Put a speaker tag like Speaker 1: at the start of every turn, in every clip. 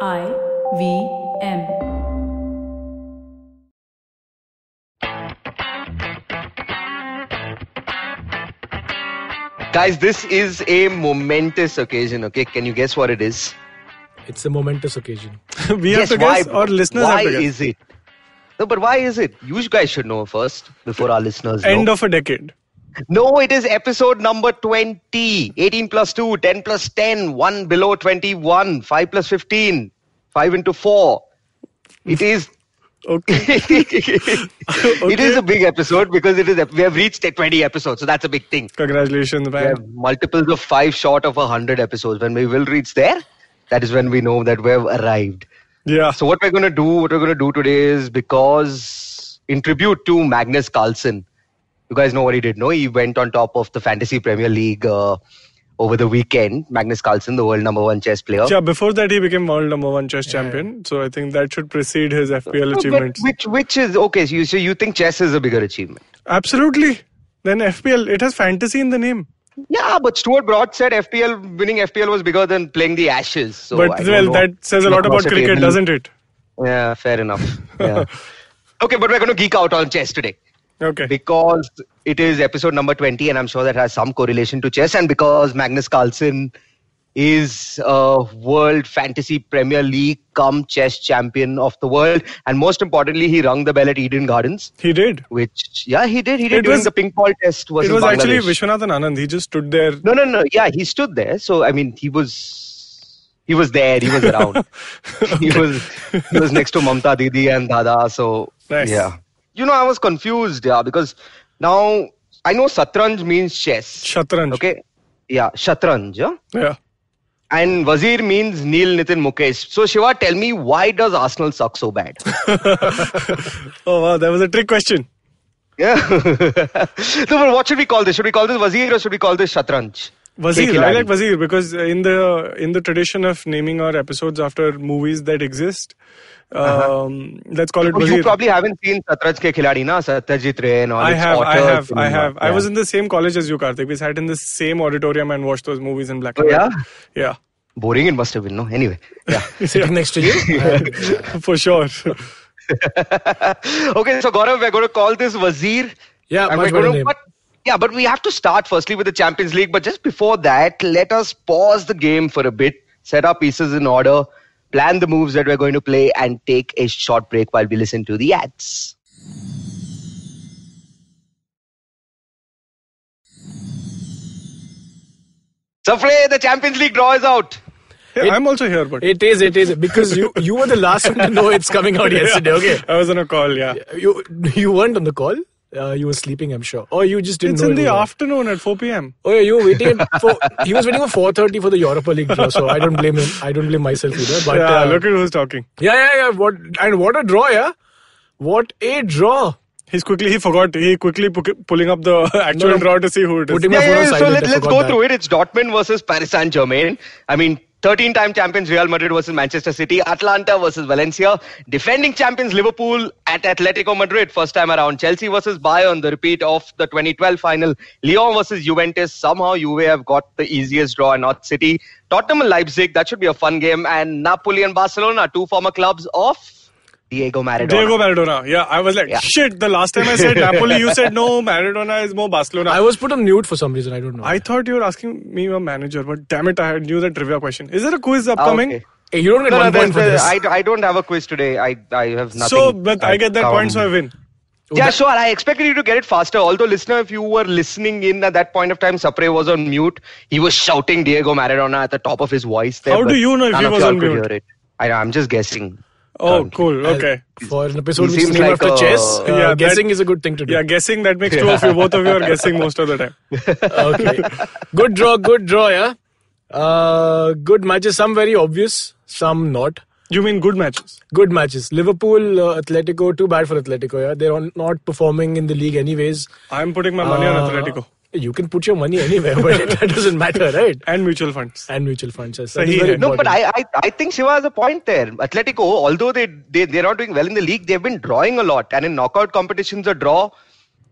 Speaker 1: I V M.
Speaker 2: Guys, this is a momentous occasion, okay? Can you guess what it is?
Speaker 3: It's a momentous occasion.
Speaker 4: we have to guess, or listeners
Speaker 2: why
Speaker 4: have to guess.
Speaker 2: is it? No, but why is it? You guys should know first before our listeners know.
Speaker 4: End of a decade.
Speaker 2: No, it is episode number 20. 18 plus 2, 10 plus 10, 1 below 21, 5 plus 15, 5 into 4. It is.
Speaker 4: Okay.
Speaker 2: It is a big episode because it is we have reached 20 episodes, so that's a big thing.
Speaker 4: Congratulations,
Speaker 2: We have
Speaker 4: man.
Speaker 2: multiples of five short of 100 episodes. When we will reach there, that is when we know that we have arrived.
Speaker 4: Yeah.
Speaker 2: So what we're gonna do, what we're gonna do today is because in tribute to Magnus Carlsen, you guys know what he did. No, he went on top of the Fantasy Premier League uh, over the weekend. Magnus Carlsen, the world number one chess player,
Speaker 4: yeah, before that he became world number one chess champion. So I think that should precede his FPL
Speaker 2: No, but
Speaker 4: achievements.
Speaker 2: which which is okay. So you so you think chess is a bigger achievement?
Speaker 4: Absolutely. Then FPL, it has fantasy in the name.
Speaker 2: Yeah, but Stuart Broad said FPL winning FPL was bigger than playing the Ashes. So I
Speaker 4: but
Speaker 2: don't
Speaker 4: well,
Speaker 2: know.
Speaker 4: that says a lot about
Speaker 2: Curiosity,
Speaker 4: cricket,
Speaker 2: isn't it?
Speaker 4: doesn't it?
Speaker 2: Yeah, fair enough. Yeah. okay, but we're going to geek out on chess today
Speaker 4: Okay.
Speaker 2: because it is episode number 20, and I'm sure that has some correlation to chess, and because Magnus Carlsen is a world fantasy Premier League come chess champion of the world, and most importantly, he rung the bell at Eden Gardens.
Speaker 4: He did.
Speaker 2: Which yeah he did he did
Speaker 4: It
Speaker 2: during
Speaker 4: was-
Speaker 2: the ping pong test versus
Speaker 4: It was actually
Speaker 2: Bangladesh.
Speaker 4: Vishwanathan Anand. He just stood there.
Speaker 2: no no no yeah he stood there so I mean he was he was there he was around he was he was next to Mamta Didi and Dada. So
Speaker 4: Nice.
Speaker 2: yeah, you know I was confused, yeah, because now I know satranj means chess.
Speaker 4: Shatranj.
Speaker 2: Okay, yeah, shatranj, yeah?
Speaker 4: Yeah.
Speaker 2: and Wazir means Neil Nitin Mukesh. So Shiva, tell me why does Arsenal suck so bad?
Speaker 4: Oh wow, that was a trick question.
Speaker 2: yeah, no, but what should we call this? Should we call this Wazir or should we call this shatranj?
Speaker 4: Wazir, I
Speaker 2: Khiladi.
Speaker 4: like Wazir because uh, in the in the tradition of naming our episodes after movies that exist, um,
Speaker 3: Uh-huh.
Speaker 4: let's call it
Speaker 2: Oh, you
Speaker 4: Wazir.
Speaker 2: probably haven't seen Satranj Ke Khiladi, na? Satyajit Ray and all.
Speaker 4: I
Speaker 2: its
Speaker 4: have, I
Speaker 2: authors
Speaker 4: have,
Speaker 2: and
Speaker 4: I
Speaker 2: all.
Speaker 4: have. I
Speaker 2: Yeah.
Speaker 4: was in the same college as you, Karthik. We sat in the same auditorium and watched those movies in black
Speaker 2: Oh,
Speaker 4: and
Speaker 2: yeah?
Speaker 4: white. Yeah,
Speaker 2: boring. It must have been no. Anyway, yeah.
Speaker 3: Sitting next to you.
Speaker 4: for sure.
Speaker 2: okay, so Gaurav, we're going to call this Wazir.
Speaker 3: Yeah,
Speaker 2: And
Speaker 3: much
Speaker 2: we're
Speaker 3: better
Speaker 2: gonna-
Speaker 3: name.
Speaker 2: but- yeah, but we have to start firstly with the Champions League. But just before that, let us pause the game for a bit, set our pieces in order, plan the moves that we're going to play, and take a short break while we listen to the ads. Safle, the Champions League draw is out.
Speaker 4: Yeah, I'm also here, but
Speaker 3: It is, it is because you you were the last one to know it's coming out yesterday. Okay,
Speaker 4: I was on a call. Yeah,
Speaker 3: you you weren't on the call. Uh, you were sleeping, I'm sure, or you just didn't
Speaker 4: it's
Speaker 3: know.
Speaker 4: in
Speaker 3: it
Speaker 4: the
Speaker 3: was on.
Speaker 4: afternoon at 4 p.m.
Speaker 3: Oh yeah, you were waiting at four, he was waiting for four thirty for the Europa League draw. So I don't blame him. I don't blame myself either. But
Speaker 4: yeah,
Speaker 3: uh,
Speaker 4: look at who's talking.
Speaker 3: yeah, yeah, yeah. What and what a draw, yeah. What a draw.
Speaker 4: He's quickly he forgot. He quickly pu- pulling up the actual
Speaker 3: no.
Speaker 4: draw to see who it is.
Speaker 3: Putting my
Speaker 2: Yeah,
Speaker 3: phone
Speaker 2: yeah,
Speaker 3: on
Speaker 2: yeah, so
Speaker 3: silent,
Speaker 2: let,
Speaker 3: I
Speaker 2: let's go
Speaker 3: forgot that.
Speaker 2: through it. It's Dortmund versus Paris Saint Germain. I mean, 13 time champions Real Madrid versus Manchester City, Atlanta versus Valencia, defending champions Liverpool at Atletico Madrid first time around, Chelsea versus Bayern, the repeat of the 2012 final, Lyon versus Juventus. Somehow Juve have got the easiest draw, not City. Tottenham and Leipzig, that should be a fun game, and Napoli and Barcelona, two former clubs of Diego Maradona.
Speaker 4: Diego Maradona. Yeah, I was like,
Speaker 2: Yeah.
Speaker 4: shit. The last time I said Napoli, you said no. Maradona is more Barcelona.
Speaker 3: I was put on mute for some reason. I don't know.
Speaker 4: I thought you were asking me a manager, but damn it, I had knew the trivia question. Is there a quiz upcoming?
Speaker 2: Ah, okay.
Speaker 3: Hey, you don't get
Speaker 2: No, no,
Speaker 3: one
Speaker 2: there's-
Speaker 3: point for this.
Speaker 2: I, I don't have a quiz today. I, I have nothing.
Speaker 4: So, but I get that point, so I
Speaker 2: Um,
Speaker 4: win.
Speaker 3: Oh,
Speaker 2: Yeah,
Speaker 3: that-
Speaker 2: sure. I expected you to get it faster. Although, listener, if you were listening in at that point of time, Sapre was on mute. He was shouting Diego Maradona at the top of his voice. There,
Speaker 4: How do
Speaker 2: but
Speaker 4: you know if
Speaker 2: none
Speaker 4: he
Speaker 2: of
Speaker 4: was
Speaker 2: y'all
Speaker 4: on
Speaker 2: could
Speaker 4: mute?
Speaker 2: Hear it. I know. I'm just guessing.
Speaker 4: Oh,
Speaker 2: Currently.
Speaker 4: cool. Okay.
Speaker 3: Uh, for an episode
Speaker 2: He
Speaker 3: which is
Speaker 2: seems
Speaker 3: named
Speaker 2: like
Speaker 3: after
Speaker 2: a-
Speaker 3: chess, uh,
Speaker 4: Yeah, that-
Speaker 3: guessing is a good thing to do.
Speaker 4: Yeah, guessing that makes two of you. Both of you are guessing most of the time.
Speaker 3: okay. Good draw, good draw, yeah. Uh, good matches, some very obvious, some not.
Speaker 4: You mean good matches?
Speaker 3: Good matches. Liverpool, uh, Atletico, too bad for Atletico, yeah. They're on, not performing in the league anyways.
Speaker 4: I'm putting my money
Speaker 3: Uh,
Speaker 4: on Atletico
Speaker 3: You can put your money anywhere, but it that doesn't matter, right?
Speaker 4: and mutual funds.
Speaker 3: And mutual funds. Yes.
Speaker 4: Sahi hai.
Speaker 2: No, but I, I, I think Shiva has a point there. Atletico, although they, they, they're not doing well in the league, they've been drawing a lot. And in knockout competitions, a draw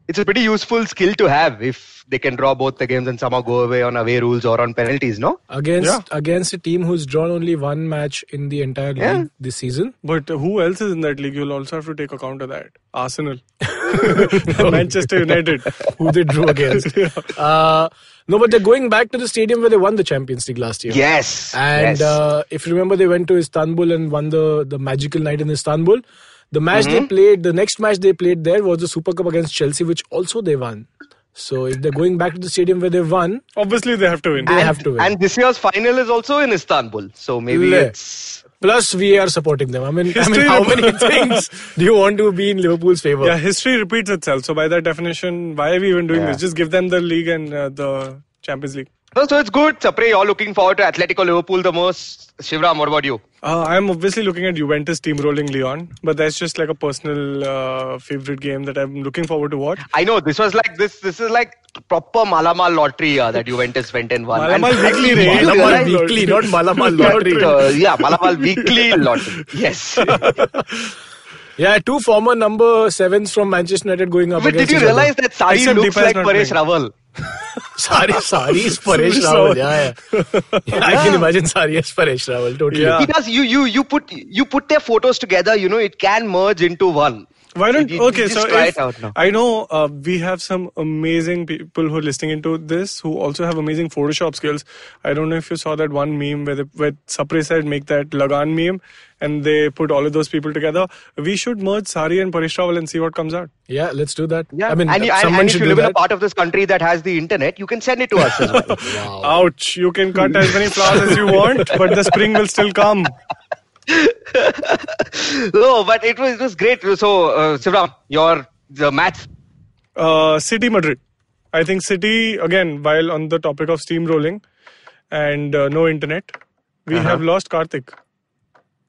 Speaker 2: it's a pretty useful skill to have if they can draw both the games and somehow go away on away rules or on penalties, no?
Speaker 3: against
Speaker 4: Yeah.
Speaker 3: against a team who's drawn only one match in the entire league
Speaker 2: Yeah.
Speaker 3: this season.
Speaker 4: But who else is in that league? You'll also have to take account of that. Arsenal, Manchester United.
Speaker 3: Who they drew against? uh, no, but they're going back to the stadium where they won the Champions League last year.
Speaker 2: Yes. yes.
Speaker 3: And uh, if you remember, they went to Istanbul and won the, the magical night in Istanbul. The match
Speaker 2: Mm-hmm.
Speaker 3: they played, the next match they played there was the Super Cup against Chelsea, which also they won. So if they're going back to the stadium where they won,
Speaker 4: Obviously, they have to win.
Speaker 3: they have to win.
Speaker 2: and this year's final is also in Istanbul. So maybe
Speaker 3: Le-
Speaker 2: it's
Speaker 3: Plus, we are supporting them. I mean, I mean
Speaker 4: History
Speaker 3: how
Speaker 4: rep-
Speaker 3: many things do you want to be in Liverpool's favor?
Speaker 4: Yeah, history repeats itself. So by that definition, why are we even doing
Speaker 2: Yeah.
Speaker 4: this? Just give them the league and uh, the Champions League.
Speaker 2: so, so it's good. Sapre, you're looking forward to Atletico Liverpool the most. Shivram, what about you?
Speaker 4: Uh, I'm obviously looking at Juventus steamrolling Leon, but that's just like a personal uh, favorite game that I'm looking forward to watch.
Speaker 2: I know this was like this. This is like proper Malamal lottery uh, that Juventus went and won.
Speaker 4: Malamal
Speaker 2: And-
Speaker 4: weekly
Speaker 2: and-
Speaker 4: rate.
Speaker 2: Malamal
Speaker 3: Malamal
Speaker 4: Right.
Speaker 2: weekly
Speaker 3: Weekly, not Malamal Lottery.
Speaker 2: Uh, yeah, Malamal weekly lottery. Yes.
Speaker 3: Yeah, two former number sevens from Manchester United going up
Speaker 2: but did
Speaker 3: against
Speaker 2: you
Speaker 3: each other.
Speaker 2: realize that Sari
Speaker 4: Except
Speaker 2: looks
Speaker 4: Deepa is
Speaker 2: like
Speaker 4: not
Speaker 2: Paresh
Speaker 4: playing.
Speaker 2: Rawal?
Speaker 3: Sari, Sari is Paresh Rawal. Yeah, yeah. yeah. I can imagine Sari as Paresh Rawal. Totally.
Speaker 4: Yeah.
Speaker 2: He does. You you you put you put their photos together. You know it can merge into one.
Speaker 4: Why don't
Speaker 2: You- you
Speaker 4: okay?
Speaker 2: just
Speaker 4: so
Speaker 2: try
Speaker 4: if-
Speaker 2: it out now.
Speaker 4: I know uh, we have some amazing people who are listening into this who also have amazing Photoshop skills. I don't know if you saw that one meme where they, where Sapre said make that Lagan meme, and they put all of those people together. We should merge Sari and Paresh Rawal and see what comes out.
Speaker 3: Yeah, let's do that.
Speaker 2: Yeah,
Speaker 3: I mean,
Speaker 2: and, you- and,
Speaker 3: someone
Speaker 2: and if
Speaker 3: should
Speaker 2: you
Speaker 3: do
Speaker 2: live in a
Speaker 3: that.
Speaker 2: part of this country that has the internet, you can send it to us as well.
Speaker 4: Ouch! You can cut as many flowers as you want, but the spring will still come.
Speaker 2: no, but it was it was great. So, uh, Sivram, your the match
Speaker 4: Uh, City Madrid. I think City again. While on the topic of steamrolling and uh, no internet, we have lost Karthik.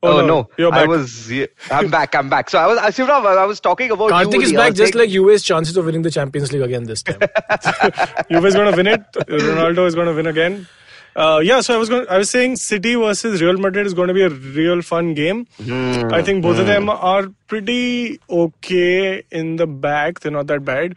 Speaker 2: Uh-huh. Oh, no,
Speaker 4: You're back.
Speaker 2: I was. yeah, I'm back. I'm back. So I was. I, Shivram, I was talking about. you,
Speaker 3: Karthik is
Speaker 2: I
Speaker 3: back
Speaker 2: was
Speaker 3: just
Speaker 2: saying-
Speaker 3: like UA's chances of winning the Champions League again this time.
Speaker 4: Juve is going to win it. Ronaldo is going to win again. Uh, yeah, so I was going. I was saying City versus Real Madrid is going to be a real fun game. I think both of them are pretty okay in the back. They're not that bad,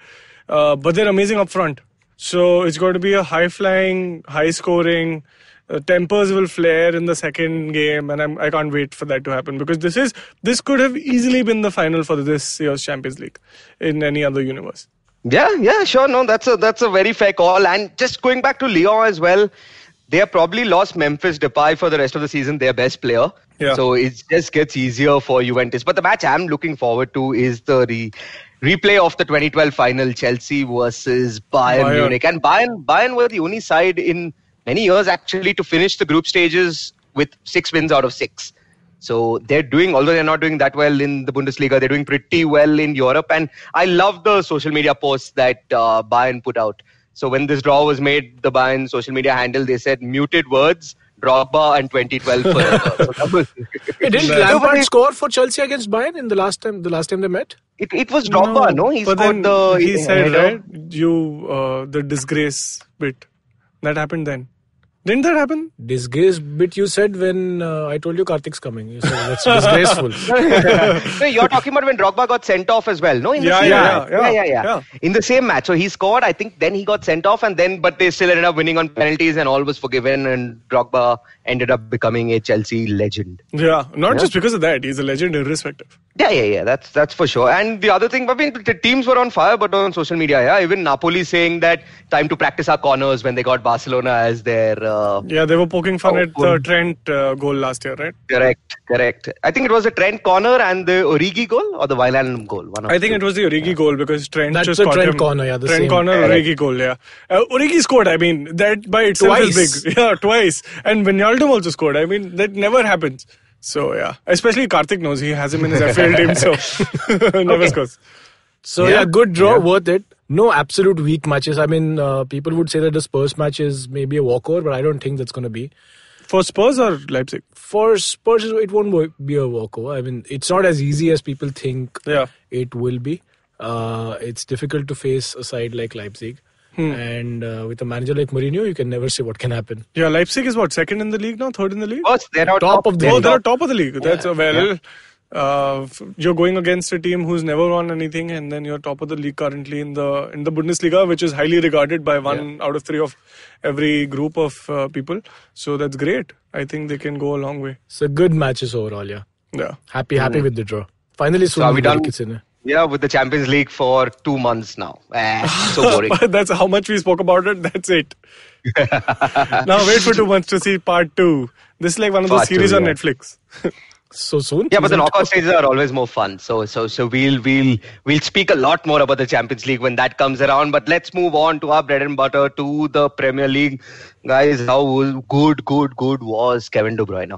Speaker 4: uh, but they're amazing up front. So it's going to be a high flying, high scoring. Uh, tempers will flare in the second game, and I'm, I can't wait for that to happen because this is this could have easily been the final for this year's Champions League in any other universe.
Speaker 2: Yeah, yeah, sure. No, that's a that's a very fair call. And just going back to Lyon as well, they have probably lost Memphis Depay for the rest of the season, their best player.
Speaker 4: Yeah.
Speaker 2: So it just gets easier for Juventus. But the match I'm looking forward to is the re- replay of the 2012 final, Chelsea versus Bayern,
Speaker 4: Bayern.
Speaker 2: Munich. And Bayern Bayern were the only side in many years actually to finish the group stages with six wins out of six. So they're doing, although they're not doing that well in the Bundesliga, they're doing pretty well in Europe. And I love the social media posts that uh, Bayern put out. So when this draw was made, the Bayern social media handle they said muted words, Drogba and 2012 forever. so that was-
Speaker 3: Hey, didn't
Speaker 2: No, but
Speaker 3: Lampard
Speaker 2: it-
Speaker 3: score for Chelsea against Bayern in the last time? The last time they met.
Speaker 2: It, it was Drogba, no? He
Speaker 4: but
Speaker 2: scored
Speaker 4: then
Speaker 2: the.
Speaker 4: he said
Speaker 2: header.
Speaker 4: right you uh, the disgrace bit that happened then. Didn't that happen?
Speaker 3: Disgrace bit you said when uh, I told you Karthik's coming. You said that's disgraceful.
Speaker 2: so you're talking about when Drogba got sent off as well, no? In the
Speaker 4: Yeah,
Speaker 2: same
Speaker 4: yeah,
Speaker 2: match.
Speaker 4: yeah,
Speaker 2: yeah, yeah,
Speaker 4: yeah.
Speaker 2: In the same match, so he scored. I think then he got sent off, and then but they still ended up winning on penalties, and all was forgiven, and Drogba ended up becoming a Chelsea legend.
Speaker 4: Yeah, not just because of that. He's a legend, irrespective.
Speaker 2: Yeah, yeah, yeah. That's that's for sure. And the other thing, I mean, the teams were on fire, but on social media, yeah. Even Napoli saying that time to practice our corners when they got Barcelona as their. Uh,
Speaker 4: Yeah, they were poking fun
Speaker 2: Oh,
Speaker 4: at the
Speaker 2: good.
Speaker 4: Trent uh, goal last year, right?
Speaker 2: Correct, correct. I think it was a Trent corner and the Origi goal or the Wijnaldum goal. One of
Speaker 4: I think it was the Origi goal because Trent
Speaker 3: That's
Speaker 4: just
Speaker 3: the
Speaker 4: caught
Speaker 3: Trent
Speaker 4: him.
Speaker 3: corner, yeah, the
Speaker 4: Trent
Speaker 3: same.
Speaker 4: corner,
Speaker 2: Correct.
Speaker 4: Origi goal, yeah. Uh, Origi scored. I mean, that by itself is
Speaker 3: Twice.
Speaker 4: big. Yeah, twice. And Vinaldum also scored. I mean, that never happens. So yeah, especially Karthik knows he has him in his FAL team, so never scores.
Speaker 3: So yeah,
Speaker 2: Yeah.
Speaker 3: good draw, worth it. No absolute weak matches. I mean, uh, people would say that the Spurs match is maybe a walkover, but I don't think that's going to be.
Speaker 4: For Spurs or Leipzig?
Speaker 3: For Spurs, it won't wo- be a walkover. I mean, it's not as easy as people think
Speaker 4: Yeah.
Speaker 3: it will be. Uh, it's difficult to face a side like Leipzig.
Speaker 2: Hmm.
Speaker 3: And uh, with a manager like Mourinho, you can never say what can happen.
Speaker 4: Yeah, Leipzig is what second in the league now, third in the league.
Speaker 2: Oh, First, they're not
Speaker 3: Top of the
Speaker 2: they're
Speaker 4: oh,
Speaker 3: league.
Speaker 4: they're
Speaker 2: not-
Speaker 4: top of the league. That's uh, well. Uh, f- you're going against a team who's never won anything, and then you're top of the league currently in the in the Bundesliga, which is highly regarded by one out of three of every group of uh, people. So that's great. I think they can go a long way.
Speaker 3: So good matches overall, yeah.
Speaker 4: Yeah.
Speaker 3: Happy, happy with the draw. Finally,
Speaker 2: Hmm. are
Speaker 3: Sunil
Speaker 2: we done?
Speaker 3: Gurkic is in it.
Speaker 2: Yeah, with the Champions League for two months now. Eh, so boring.
Speaker 4: But that's how much we spoke about it. That's it. now wait for two months to see part two. This is like one of those
Speaker 2: Part two,
Speaker 4: series on
Speaker 2: yeah.
Speaker 4: Netflix.
Speaker 3: So soon?
Speaker 2: Yeah, but the knockout stages are always more fun. So so so we'll we'll we'll speak a lot more about the Champions League when that comes around. But let's move on to our bread and butter to the Premier League, guys. How good, good, good was Kevin De Bruyne?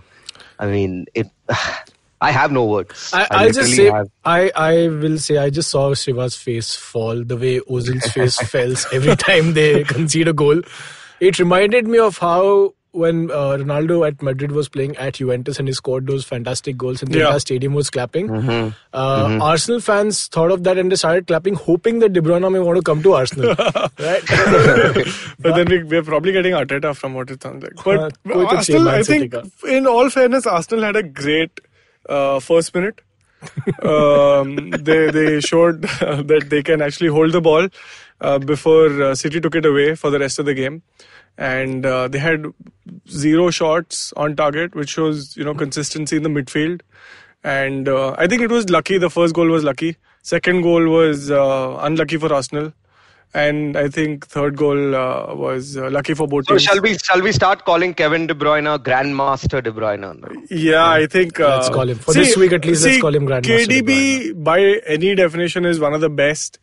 Speaker 2: I mean, it. I have no words.
Speaker 3: I, I'll just say,
Speaker 2: literally have-
Speaker 3: I, I will say, I just saw Shiva's face fall the way Ozil's face falls every time they concede a goal. It reminded me of how when uh, Ronaldo at Madrid was playing at Juventus and he scored those fantastic goals and the
Speaker 4: Yeah.
Speaker 3: entire stadium was clapping.
Speaker 2: Mm-hmm.
Speaker 3: Uh, Arsenal fans thought of that and they started clapping, hoping that De Bruyne may want to come to Arsenal. right?
Speaker 4: but then we, we're probably getting Arteta from what it sounds like.
Speaker 3: हाँ,
Speaker 4: But
Speaker 3: कोई तो
Speaker 4: Arsenal,
Speaker 3: छह
Speaker 4: I
Speaker 3: man से
Speaker 4: think,
Speaker 3: टिका।
Speaker 4: in all fairness, Arsenal had a great uh, first minute. um, they they showed uh, that they can actually hold the ball uh, before uh, City took it away for the rest of the game, and uh, they had zero shots on target, which shows you know consistency in the midfield. And uh, I think it was lucky. The first goal was lucky. Second goal was uh, unlucky for Arsenal, and I think third goal uh, was uh, lucky for both
Speaker 2: So
Speaker 4: teams.
Speaker 2: shall we shall we start calling Kevin De Bruyne Grandmaster De Bruyne? now?
Speaker 4: Yeah, I think uh,
Speaker 3: Let's call him. For this week at least, let's call him Grandmaster
Speaker 4: KDB, by any definition, is one of the best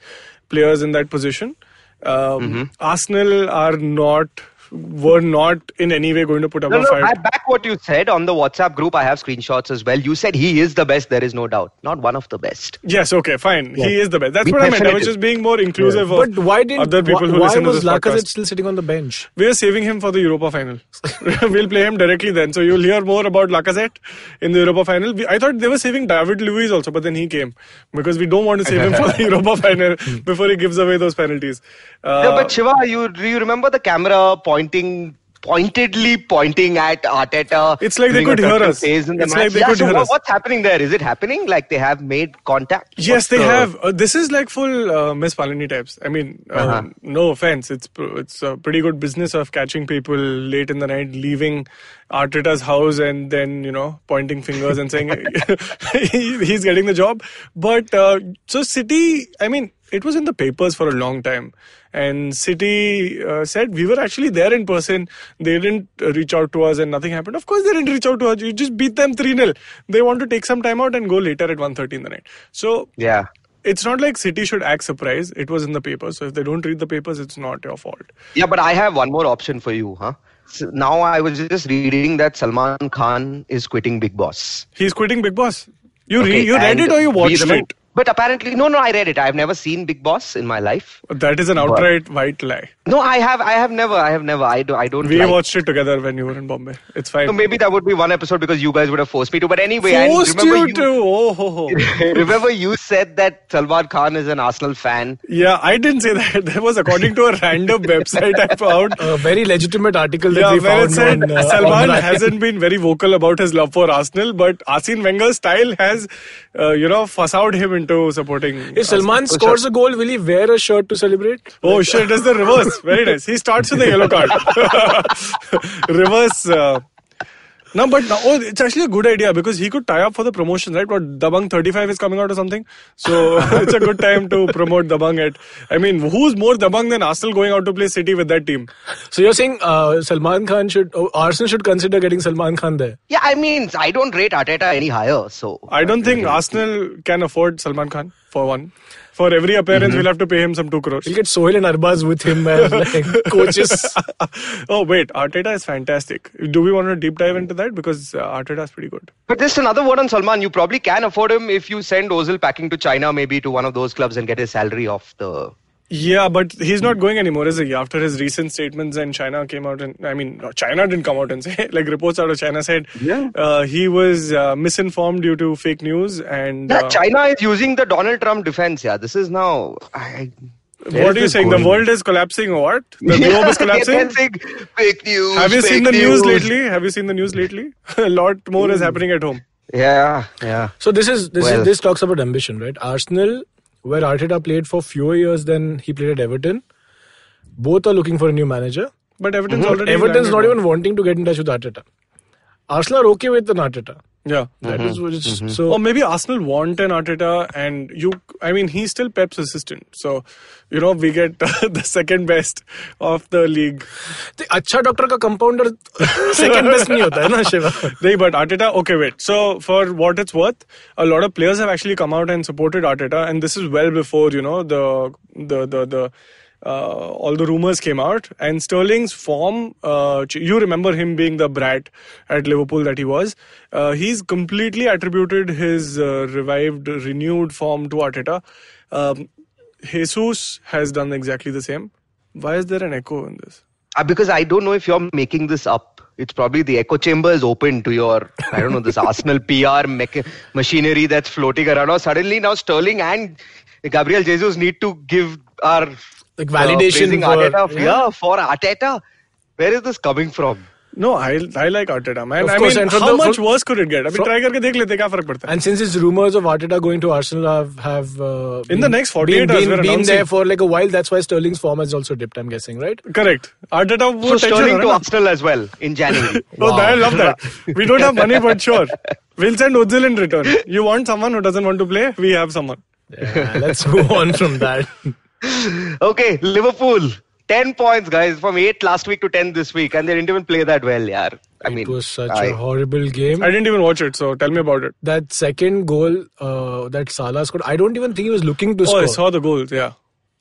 Speaker 4: players in that position. Um,
Speaker 2: Mm-hmm.
Speaker 4: Arsenal are not were not in any way going to put up
Speaker 2: No,
Speaker 4: a
Speaker 2: no,
Speaker 4: fight.
Speaker 2: I back what you said on the WhatsApp group. I have screenshots as well. You said he is the best. There is no doubt. Not one of the best.
Speaker 4: yes, okay, fine. He is the best. That's
Speaker 2: We
Speaker 4: what I meant. I was
Speaker 2: definitely-
Speaker 4: just being more inclusive of
Speaker 3: but why didn't
Speaker 4: other people
Speaker 3: why,
Speaker 4: who
Speaker 3: why
Speaker 4: listen
Speaker 3: was
Speaker 4: to this
Speaker 3: Lacazette
Speaker 4: podcast.
Speaker 3: still sitting on the bench?
Speaker 4: We are saving him for the Europa final. we'll play him directly then. So you'll hear more about Lacazette in the Europa final. We- I thought they were saving David Luiz also, but then he came because we don't want to save him for the Europa final before he gives away those penalties. Uh,
Speaker 2: yeah, but Shiva, you do you remember the camera pointing, pointedly pointing at Arteta?
Speaker 4: It's like they
Speaker 2: during a
Speaker 4: could hear
Speaker 2: certain
Speaker 4: us.
Speaker 2: phase in the
Speaker 4: It's
Speaker 2: match?
Speaker 4: like they
Speaker 2: yeah,
Speaker 4: could
Speaker 2: so
Speaker 4: hear
Speaker 2: what-
Speaker 4: us.
Speaker 2: What's happening there? Is it happening? Like they have made contact?
Speaker 4: Yes,
Speaker 2: What's
Speaker 4: they
Speaker 2: the-
Speaker 4: have. Uh, this is like full uh, Miss Palani types. I mean, uh,
Speaker 2: Uh-huh.
Speaker 4: no offense, it's pr- it's a pretty good business of catching people late in the night, leaving Arteta's house, and then you know pointing fingers and saying he, he's getting the job. But uh, so City, I mean, it was in the papers for a long time, and City uh, said we were actually there in person. They didn't uh, reach out to us, and nothing happened. Of course, they didn't reach out to us. You just beat them three 0 They want to take some time out and go later at 1.30 in the night. So
Speaker 2: Yeah.
Speaker 4: it's not like City should act surprised. It was in the papers. So if they don't read the papers, it's not your fault.
Speaker 2: Yeah, but I have one more option for you, huh? So now I was just reading that Salman Khan is quitting Big Boss.
Speaker 4: He's quitting Big Boss. You, re-
Speaker 2: Okay,
Speaker 4: you read
Speaker 2: and
Speaker 4: it or you
Speaker 2: we
Speaker 4: watched
Speaker 2: remem-
Speaker 4: it?
Speaker 2: But apparently, no, no, I read it. I've never seen Big Boss in my life.
Speaker 4: That is an outright white lie.
Speaker 2: No, I have, I have never, I have never. I do, I don't.
Speaker 4: We
Speaker 2: like-
Speaker 4: watched it together when you were in Bombay. It's fine.
Speaker 2: So maybe that would be one episode because you guys would have forced me to. But anyway, and
Speaker 4: Forced
Speaker 2: remember
Speaker 4: you to. Oh, ho, ho.
Speaker 2: remember you said that Salman Khan is an Arsenal fan.
Speaker 4: yeah, I didn't say that. That was according to a random website I found.
Speaker 3: A very legitimate article that
Speaker 4: Yeah,
Speaker 3: we
Speaker 4: where it
Speaker 3: found
Speaker 4: said
Speaker 3: on, uh,
Speaker 4: Salman
Speaker 3: online.
Speaker 4: hasn't been very vocal about his love for Arsenal, but Arsene Wenger's style has, uh, you know, fussed him into supporting.
Speaker 3: If Salman scores a goal, will he wear a shirt to celebrate?
Speaker 4: Oh shit, it is the reverse. Very nice. He starts with a yellow card. reverse. Uh, no, but no, oh, it's actually a good idea because he could tie up for the promotion, right? What Dabang 35 is coming out or something. So it's a good time to promote Dabang at. I mean, who's more Dabang than Arsenal going out to play City with that team?
Speaker 3: So you're saying uh, Salman Khan should, oh, Arsenal should consider getting Salman Khan there.
Speaker 2: Yeah, I mean, I don't rate Arteta any higher. So
Speaker 4: I don't think Arsenal can afford Salman Khan for one. For every appearance, we'll have to pay him some 2 crores.
Speaker 3: He'll get Sohail and Arbaz with him as like, coaches.
Speaker 4: oh, wait. Arteta is fantastic. Do we want to deep dive into that? Because uh, Arteta is pretty good.
Speaker 2: But just another word on Salman. You probably can afford him if you send Ozil packing to China, maybe to one of those clubs, and get his salary off the.
Speaker 4: Yeah, but he's not going anymore, is he? After his recent statements, and China came out and I mean, no, China didn't come out and say like reports out of China said uh, he was uh, misinformed due to fake news and
Speaker 2: Yeah,
Speaker 4: uh,
Speaker 2: China is using the Donald Trump defense. Yeah, this is now. I, where
Speaker 4: What
Speaker 2: is
Speaker 4: are you
Speaker 2: this
Speaker 4: saying?
Speaker 2: going?
Speaker 4: The world is collapsing, or what? The globe is collapsing.
Speaker 2: fake news.
Speaker 4: Have you
Speaker 2: fake
Speaker 4: seen the news lately? Have you seen the news lately? A lot more is happening at home.
Speaker 2: Yeah, yeah.
Speaker 3: So this is this
Speaker 2: Well-
Speaker 3: is, this talks about ambition, right? Arsenal, where Arteta played for fewer years than he played at Everton. Both are looking for a new manager.
Speaker 4: But Everton's already.
Speaker 3: Everton's Hmm.
Speaker 4: landed
Speaker 3: not
Speaker 4: one.
Speaker 3: even wanting to get in touch with Arteta. Arsenal are okay with an Arteta.
Speaker 4: Yeah.
Speaker 3: That is what it's so.
Speaker 4: Or maybe Arsenal want an Arteta, and you. I mean, he's still Pep's assistant, so you know we get the second best of the league.
Speaker 3: ते अच्छा doctor का compounder second best नहीं होता है ना Shiva
Speaker 4: Nahi, but Arteta, okay, wait. So, for what it's worth, a lot of players have actually come out and supported Arteta, and this is well before you know the the the the. Uh, all the rumors came out, and Sterling's form. Uh, you remember him being the brat at Liverpool that he was. Uh, he's completely attributed his uh, revived, renewed form to Arteta. Um, Jesus has done exactly the same. Why is there an echo in this?
Speaker 2: Uh, because I don't know if you're making this up. It's probably the echo chamber is open to your, I don't know, this Arsenal PR mech- machinery that's floating around. Now, suddenly now Sterling and Gabriel Jesus need to give our uh,
Speaker 3: Like validation
Speaker 2: praising
Speaker 3: for-
Speaker 2: Arteta.
Speaker 3: yeah.
Speaker 2: yeah, for Arteta. Where is this coming from?
Speaker 4: No, I I like Arteta, man.
Speaker 3: Of
Speaker 4: I
Speaker 3: course,
Speaker 4: mean,
Speaker 3: and from
Speaker 4: how
Speaker 3: the-
Speaker 4: much
Speaker 3: from-
Speaker 4: worse could it get? I mean,
Speaker 3: from-
Speaker 4: try करके देख लेते क्या फर्क पड़ता है.
Speaker 3: and since his rumors of Arteta going to Arsenal have have uh,
Speaker 4: In the next 48
Speaker 3: been,
Speaker 4: hours,
Speaker 3: been,
Speaker 4: we're
Speaker 3: been there
Speaker 4: announcing.
Speaker 3: for like a while that's why Sterling's form has also dipped I'm guessing right
Speaker 4: Correct. Arteta वो
Speaker 2: So
Speaker 4: tension
Speaker 2: Sterling
Speaker 4: है
Speaker 2: to
Speaker 4: ना.
Speaker 2: Arsenal as well in January.
Speaker 4: No, that, I love that. We don't have money, but sure, we'll send Ozil in return. You want someone who doesn't want to play? We have someone.
Speaker 3: yeah, let's move on from that
Speaker 2: okay, Liverpool. 10 points, guys, from 8 last week to 10 this week. And they didn't even play that well, yeah. I mean,
Speaker 3: it was such
Speaker 2: I-
Speaker 3: a horrible game
Speaker 4: I didn't even watch it, so tell me about it.
Speaker 3: that second goal uh, that Salah scored I don't even think he was looking to
Speaker 4: Oh,
Speaker 3: score
Speaker 4: I saw the goals. Yeah.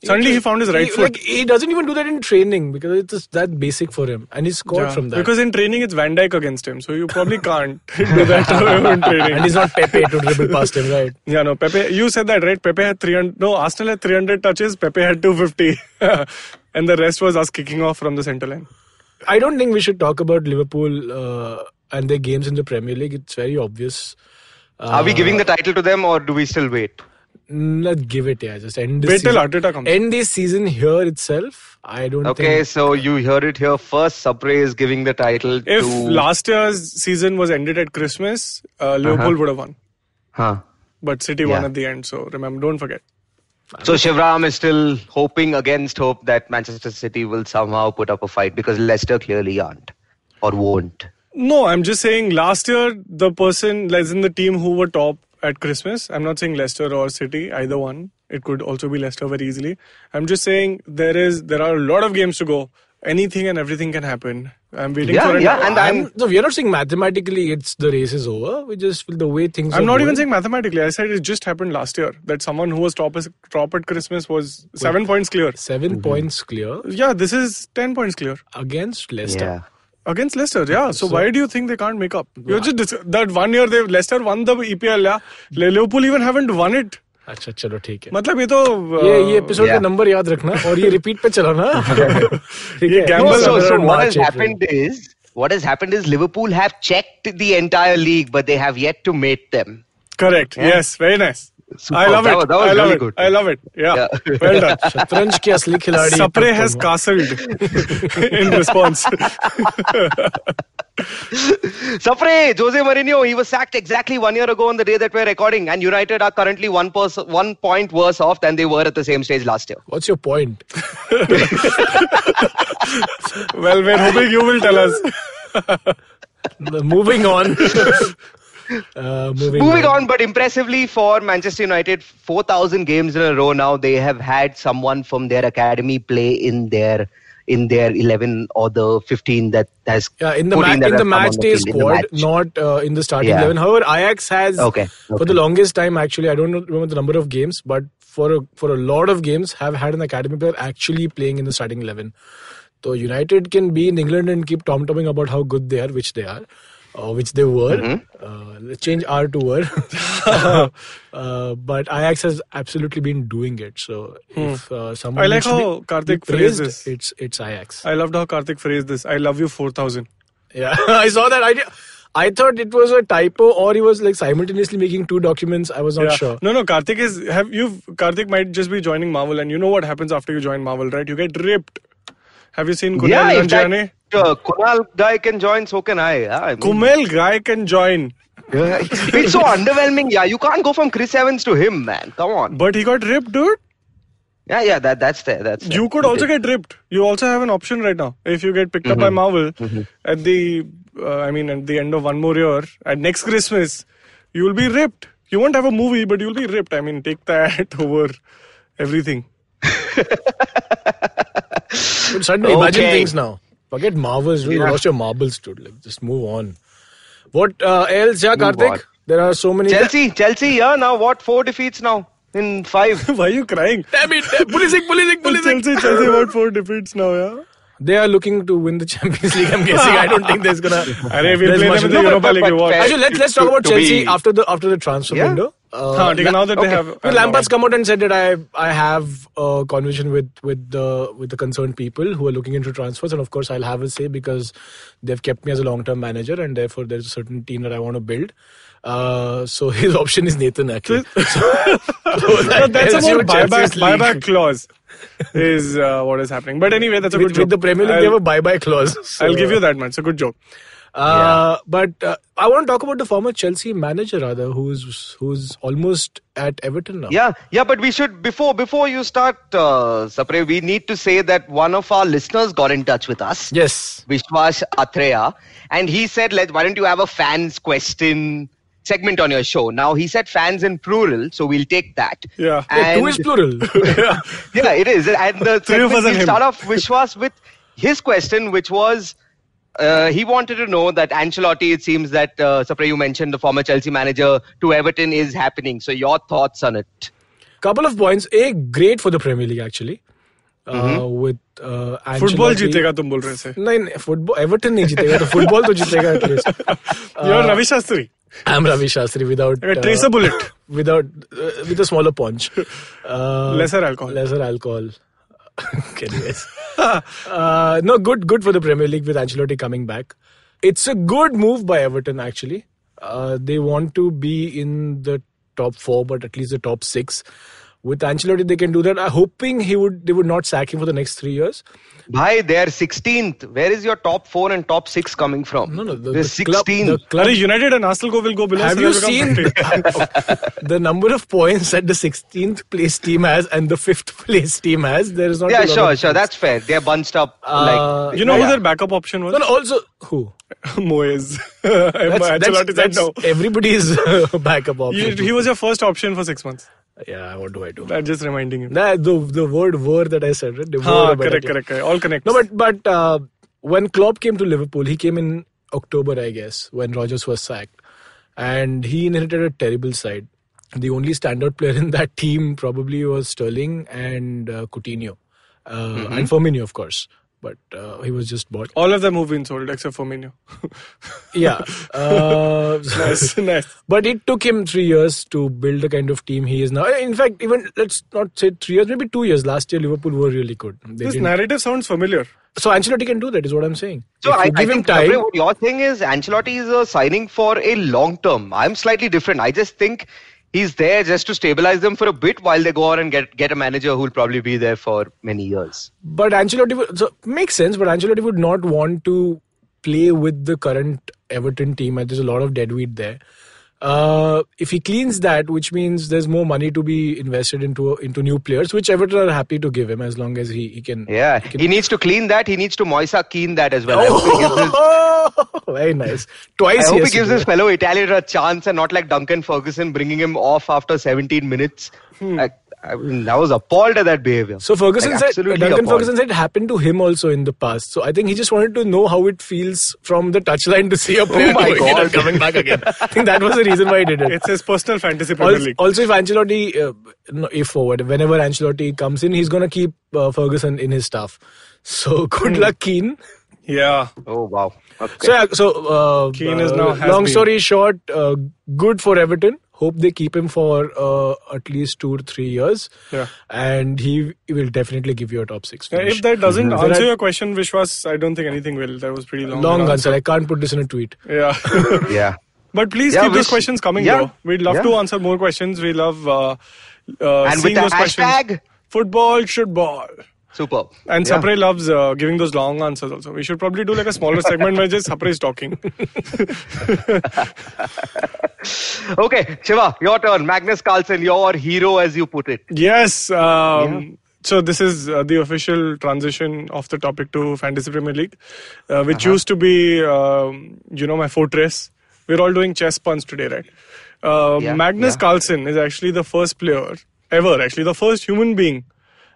Speaker 4: Suddenly he found his right
Speaker 3: he,
Speaker 4: foot.
Speaker 3: like, he doesn't even do that in training because it's just that basic for him and he scored
Speaker 4: Yeah.
Speaker 3: from that
Speaker 4: Because in training it's Van Dyke against him, so you probably can't do that in training.
Speaker 3: and he's not Pepe to dribble past him right
Speaker 4: Yeah, no, Pepe. You said that, right? Pepe had 300. No, Arsenal had 300 touches. Pepe had 250. and the rest was us kicking off from the center line.
Speaker 3: I don't think we should talk about Liverpool uh, and their games in the Premier League. It's very obvious. Uh,
Speaker 2: are we giving the title to them or do we still wait?
Speaker 3: Not give it, yeah. Just end this
Speaker 4: Wait till
Speaker 3: season.
Speaker 4: Arteta comes.
Speaker 3: End this season here itself. I don't
Speaker 2: Okay,
Speaker 3: think.
Speaker 2: so you heard it here first. Sapre is giving the title
Speaker 4: If
Speaker 2: to
Speaker 4: last year's season was ended at Christmas, uh, Liverpool would have won.
Speaker 2: Huh.
Speaker 4: But City won
Speaker 2: Uh-huh. Yeah.
Speaker 4: at the end. So remember, don't forget.
Speaker 2: So Shivram is still hoping against hope that Manchester City will somehow put up a fight because Leicester clearly aren't or won't.
Speaker 4: No, I'm just saying last year, the person, like in the team who were top at Christmas, I'm not saying Leicester or City, either one. It could also be Leicester very easily. I'm just saying there is there are a lot of games to go. Anything and everything can happen. I'm waiting
Speaker 2: Yeah,
Speaker 4: for an
Speaker 2: yeah, and
Speaker 3: I'm, so we are not saying mathematically it's the race is over. We just the way things. are
Speaker 4: I'm not even
Speaker 3: going-
Speaker 4: saying mathematically. I said it just happened last year that someone who was top, as, top at Christmas was seven points clear.
Speaker 3: 7
Speaker 2: Mm-hmm.
Speaker 3: points clear
Speaker 4: Yeah, this is ten points clear
Speaker 3: against Leicester.
Speaker 2: Yeah.
Speaker 4: against Leicester. Yeah, so, why do you think they can't make up? You're just dis- that one year they Leicester won the EPL. Yeah, Le- Liverpool even haven't won it.
Speaker 3: अच्छा चलो ठीक है
Speaker 4: मतलब ये तो uh,
Speaker 3: ये ये episode का
Speaker 2: yeah.
Speaker 3: नंबर याद रखना और ये रिपीट पे चलाना ठीक
Speaker 4: ये
Speaker 3: है?
Speaker 2: No,
Speaker 4: gamble Well,
Speaker 2: so, so
Speaker 3: Around
Speaker 2: what has
Speaker 3: March, April.
Speaker 2: happened is what has happened is Liverpool have checked the entire league, but they have yet to mate them.
Speaker 4: correct. Yes, very nice.
Speaker 2: Super.
Speaker 4: I love
Speaker 2: That
Speaker 4: it.
Speaker 2: was- that was
Speaker 4: I love
Speaker 2: really
Speaker 4: it.
Speaker 2: good.
Speaker 4: I love it. Yeah,
Speaker 2: Yeah.
Speaker 4: well done.
Speaker 3: शतरंज के असली खिलाड़ी
Speaker 4: Sapre has castled in response.
Speaker 2: Safre, Jose Mourinho, he was sacked exactly one year ago on the day that we're recording, and United are currently one pers- one point worse off than they were at the same stage last year.
Speaker 3: What's your point?
Speaker 4: well, we're hoping you will tell us.
Speaker 3: moving on. uh, moving,
Speaker 2: Moving on, but impressively for Manchester United, 4,000 games in a row now, they have had someone from their academy play in their in their 11 or the 15 that has
Speaker 3: Yeah, in the
Speaker 2: 14
Speaker 3: ma-
Speaker 2: that
Speaker 3: in
Speaker 2: have
Speaker 3: the
Speaker 2: come on
Speaker 3: match day
Speaker 2: the field, in the
Speaker 3: squad,
Speaker 2: match.
Speaker 3: not uh, in the starting
Speaker 2: Yeah.
Speaker 3: eleven. However, Ajax has
Speaker 2: Okay,
Speaker 3: for
Speaker 2: okay.
Speaker 3: the longest time actually. I don't know- remember the number of games, but for a, for a lot of games, have had an academy player actually playing in the starting eleven. So United can be in England and keep tom tomming about how good they are, which they are, uh, which they were.
Speaker 2: Mm-hmm.
Speaker 3: Uh, let's change R to were. uh, but Ajax has absolutely been doing it. So
Speaker 2: Hmm.
Speaker 3: if uh, someone
Speaker 4: I like
Speaker 3: needs to be-
Speaker 4: how Karthik
Speaker 3: be
Speaker 4: phrased
Speaker 3: praised,
Speaker 4: this.
Speaker 3: It's it's Ajax.
Speaker 4: I loved how Karthik phrased this. I love you 4000.
Speaker 3: Yeah, I saw that. I, di- I thought it was a typo or he was like simultaneously making two documents. I was not
Speaker 4: Yeah.
Speaker 3: Oh, sure.
Speaker 4: No, no, Karthik is have you Karthik might just be joining Marvel and you know what happens after you join Marvel, right? You get ripped. Have you seen Kunal
Speaker 2: yeah, if that
Speaker 4: Nanjiani?
Speaker 2: uh, Kunal guy can join, so can I. Yeah, I mean-
Speaker 4: Kumel guy can join,
Speaker 2: it's so underwhelming. Yeah, you can't go from Chris Evans to him, man. Come on.
Speaker 4: but he got ripped, dude.
Speaker 2: Yeah, yeah, that that's there. That's
Speaker 4: You could also get ripped. You also have an option right now. If you get picked up by Marvel at the, uh, I mean, at the end of one more year, at next Christmas, you will be ripped. You won't have a movie, but you'll be ripped. I mean, take that over everything.
Speaker 3: But suddenly, imagine
Speaker 2: Okay.
Speaker 3: things now. Forget marbles. dude. You
Speaker 2: Yeah.
Speaker 3: lost your marbles, dude. Like, just move on. What uh, else, yeah,
Speaker 2: on.
Speaker 3: Karthik? There are so many.
Speaker 2: Chelsea, Chelsea. Yeah, now what? Four defeats now in five.
Speaker 4: Why are you crying?
Speaker 3: Damn it! Pulisic, Pulisic, Pulisic.
Speaker 4: Chelsea, Chelsea about four defeats now, yeah.
Speaker 3: They are looking to win the Champions League. I'm guessing. I don't think there's gonna.
Speaker 4: Arey, we'll
Speaker 3: there's
Speaker 4: play
Speaker 3: much
Speaker 4: them in
Speaker 3: of
Speaker 4: the
Speaker 3: that.
Speaker 4: Europa League. you watch.
Speaker 2: fair-
Speaker 3: Actually, let's let's
Speaker 2: to-
Speaker 3: talk about
Speaker 2: to
Speaker 3: Chelsea
Speaker 2: be-
Speaker 3: after the after the transfer
Speaker 2: Yeah.
Speaker 3: window. Uh,
Speaker 4: Huh, take- now that they
Speaker 2: okay.
Speaker 4: have
Speaker 3: Well, Lampard's come out and said that I I have a conversation with with the with the concerned people who are looking into transfers, and of course I'll have a say because they've kept me as a long term manager, and therefore there's a certain team that I want to build. Uh, so his option is Nathan actually.
Speaker 4: But that's
Speaker 3: tells you
Speaker 4: about buyback,
Speaker 3: Chelsea's league.
Speaker 4: buyback clause is uh, what is happening. But anyway, that's a good
Speaker 3: with,
Speaker 4: joke.
Speaker 3: with the Premier League,
Speaker 4: I'll,
Speaker 3: they have a bye bye clause. So,
Speaker 4: I'll give you that much. It's a good joke.
Speaker 3: Uh, But uh, I want to talk about the former Chelsea manager, rather, who's who's almost at Everton now.
Speaker 2: Yeah, yeah, but we should before before you start, uh, Sapre, we need to say that one of our listeners got in touch with us.
Speaker 3: Yes.
Speaker 2: Vishwas Atreya, and he said, "Let why don't you have a fans question segment on your show?" Now he said fans in plural, so we'll take that.
Speaker 4: Yeah.
Speaker 3: Wait,
Speaker 2: and
Speaker 3: Two is plural.
Speaker 2: yeah, it is. And the
Speaker 4: Three of
Speaker 2: segment,
Speaker 4: us and
Speaker 2: we'll
Speaker 4: him.
Speaker 2: start off Vishwas with his question, which was. Uh, he wanted to know that Ancelotti, it seems that, uh, Sapre, you mentioned the former Chelsea manager to Everton is happening. So, your thoughts on it?
Speaker 3: couple of points. A great for the Premier League actually. Uh, with uh,
Speaker 4: football
Speaker 3: Ancelotti-
Speaker 4: Mm-hmm. जीतेगा तुम बोल रहे से
Speaker 3: नहीं नहीं football Everton नहीं जीतेगा तो फुटबॉल तो जीतेगा at least
Speaker 4: you are Ravi Shastri
Speaker 3: I am Ravi Shastri without
Speaker 4: Okay, trace a bullet.
Speaker 3: Without with a smaller punch Uh,
Speaker 4: Lesser alcohol.
Speaker 3: Laser alcohol Anyways. uh, no, good, good for the Premier League with Ancelotti coming back. It's a good move by Everton actually. Uh, they want to be in the top four, but at least the top six. With Ancelotti, they can do that. I'm hoping he would they would not sack him for the next three years.
Speaker 2: Bhai, they're 16th. Where is your top 4 and top 6 coming from?
Speaker 3: No, no, the,
Speaker 2: they're
Speaker 3: the club.
Speaker 2: 16th.
Speaker 3: The club
Speaker 4: अरे United and Arsenal को will go below
Speaker 3: Have you seen the number of points that the 16th place team has and the 5th place team has? There is not. a
Speaker 2: yeah,
Speaker 3: lot of
Speaker 2: sure, sure.
Speaker 3: points.
Speaker 2: That's fair. They're bunched up.
Speaker 3: Uh,
Speaker 2: like,
Speaker 4: you know who
Speaker 2: Yeah.
Speaker 4: their backup option was
Speaker 3: No, no, also who?
Speaker 4: Moyes Ancelotti said no
Speaker 3: everybody's backup
Speaker 4: You-
Speaker 3: option.
Speaker 4: he was your first option for 6 months
Speaker 3: yeah, what do I do?
Speaker 4: I'm just reminding him
Speaker 3: That, the the word "were" that I said, right? The
Speaker 4: हाँ
Speaker 3: were about
Speaker 4: correct
Speaker 3: it.
Speaker 4: correct correct all connect
Speaker 3: No, but but uh, when Klopp came to Liverpool, he came in October, I guess, when Rogers was sacked, and he inherited a terrible side. The only standout player in that team probably was Sterling and uh, Coutinho, uh,
Speaker 2: Mm-hmm.
Speaker 3: and Firmino, of course. But uh, he was just bought.
Speaker 4: all of them have been sold except for Mino
Speaker 3: Yeah. Uh,
Speaker 4: nice nice
Speaker 3: But it took him three years to build the kind of team he is now. Uh, In fact, even let's not say three years, maybe two years. Last year, Liverpool were really good. They
Speaker 4: this
Speaker 3: didn't-
Speaker 4: narrative sounds familiar
Speaker 3: so Ancelotti can do that, is what I'm saying.
Speaker 2: so
Speaker 3: If you
Speaker 2: I, I
Speaker 3: give him
Speaker 2: think
Speaker 3: time.
Speaker 2: Gabriel, what your thing is Ancelotti is a signing for a long term. I'm slightly different. I just think he's there just to stabilize them for a bit while they go on and get get a manager who'll probably be there for many years.
Speaker 3: But Ancelotti would, so makes sense. But Ancelotti would not want to play with the current Everton team. And there's a lot of deadweight there. Uh, if he cleans that, which means there's more money to be invested into into new players, which Everton are happy to give him as long as he, he can.
Speaker 2: Yeah,
Speaker 3: he can-
Speaker 2: he needs to clean that. He needs to Moisa keen that as well. I
Speaker 3: Oh,
Speaker 2: hope he gives his-
Speaker 3: Very nice. Twice.
Speaker 2: I hope
Speaker 3: yes,
Speaker 2: he gives
Speaker 3: you
Speaker 2: his fellow Italian a chance and not like Duncan Ferguson bringing him off after 17 minutes. I, I, mean, I was appalled at that behavior.
Speaker 3: Hmm. So Ferguson
Speaker 2: Like,
Speaker 3: said,
Speaker 2: absolutely
Speaker 3: Duncan
Speaker 2: appalled.
Speaker 3: Ferguson said it happened to him also in the past. So I think he just wanted to know how it feels from the touchline to see a player
Speaker 2: Oh my
Speaker 3: doing it
Speaker 2: God.
Speaker 3: and coming back again. I think that was the reason why he did it.
Speaker 4: it's his personal fantasy Premier
Speaker 3: also,
Speaker 4: League
Speaker 3: also, if Ancelotti, uh, no, if forward, whenever Ancelotti comes in, he's gonna keep uh, Ferguson in his staff. So
Speaker 4: Hmm.
Speaker 3: good luck, Keane.
Speaker 4: yeah
Speaker 3: Mm-hmm.
Speaker 2: Oh, wow. Okay.
Speaker 3: So yeah, so uh,
Speaker 4: Keane is
Speaker 3: uh,
Speaker 4: now has
Speaker 3: long
Speaker 4: been.
Speaker 3: story short, uh, good for Everton. Hope they keep him for uh, at least two to three years.
Speaker 4: Yeah.
Speaker 3: and he will definitely give you a top six.
Speaker 4: Yeah,
Speaker 3: finish.
Speaker 4: if that doesn't
Speaker 3: There
Speaker 4: answer
Speaker 3: are-
Speaker 4: your question Vishwas I don't think anything will that was pretty long
Speaker 3: Mm-hmm. long answer. I can't put this in a tweet.
Speaker 4: yeah
Speaker 2: yeah.
Speaker 4: But please
Speaker 2: Yeah,
Speaker 4: keep those
Speaker 2: wish-
Speaker 4: questions coming,
Speaker 2: yeah.
Speaker 4: though. We'd love
Speaker 2: Yeah.
Speaker 4: to answer more questions. We love uh, uh,
Speaker 2: And with
Speaker 4: seeing
Speaker 2: the
Speaker 4: those questions.
Speaker 2: hashtag?
Speaker 4: Football should ball.
Speaker 2: Superb.
Speaker 4: And
Speaker 2: Yeah.
Speaker 4: Sapre loves uh, giving those long answers also. We should probably do like a smaller segment where just Sapre is talking.
Speaker 2: Okay, Shiva, your turn. Magnus Carlsen, your hero, as you put it.
Speaker 4: yes. Um, So this is uh, the official transition of the topic to Fantasy Premier League, uh, which
Speaker 2: Uh-huh.
Speaker 4: used to be, um, you know, my fortress. We're all doing chess puns today, right? Uh,
Speaker 2: Yeah,
Speaker 4: Magnus
Speaker 2: yeah.
Speaker 4: Carlsen is actually the first player ever, actually the first human being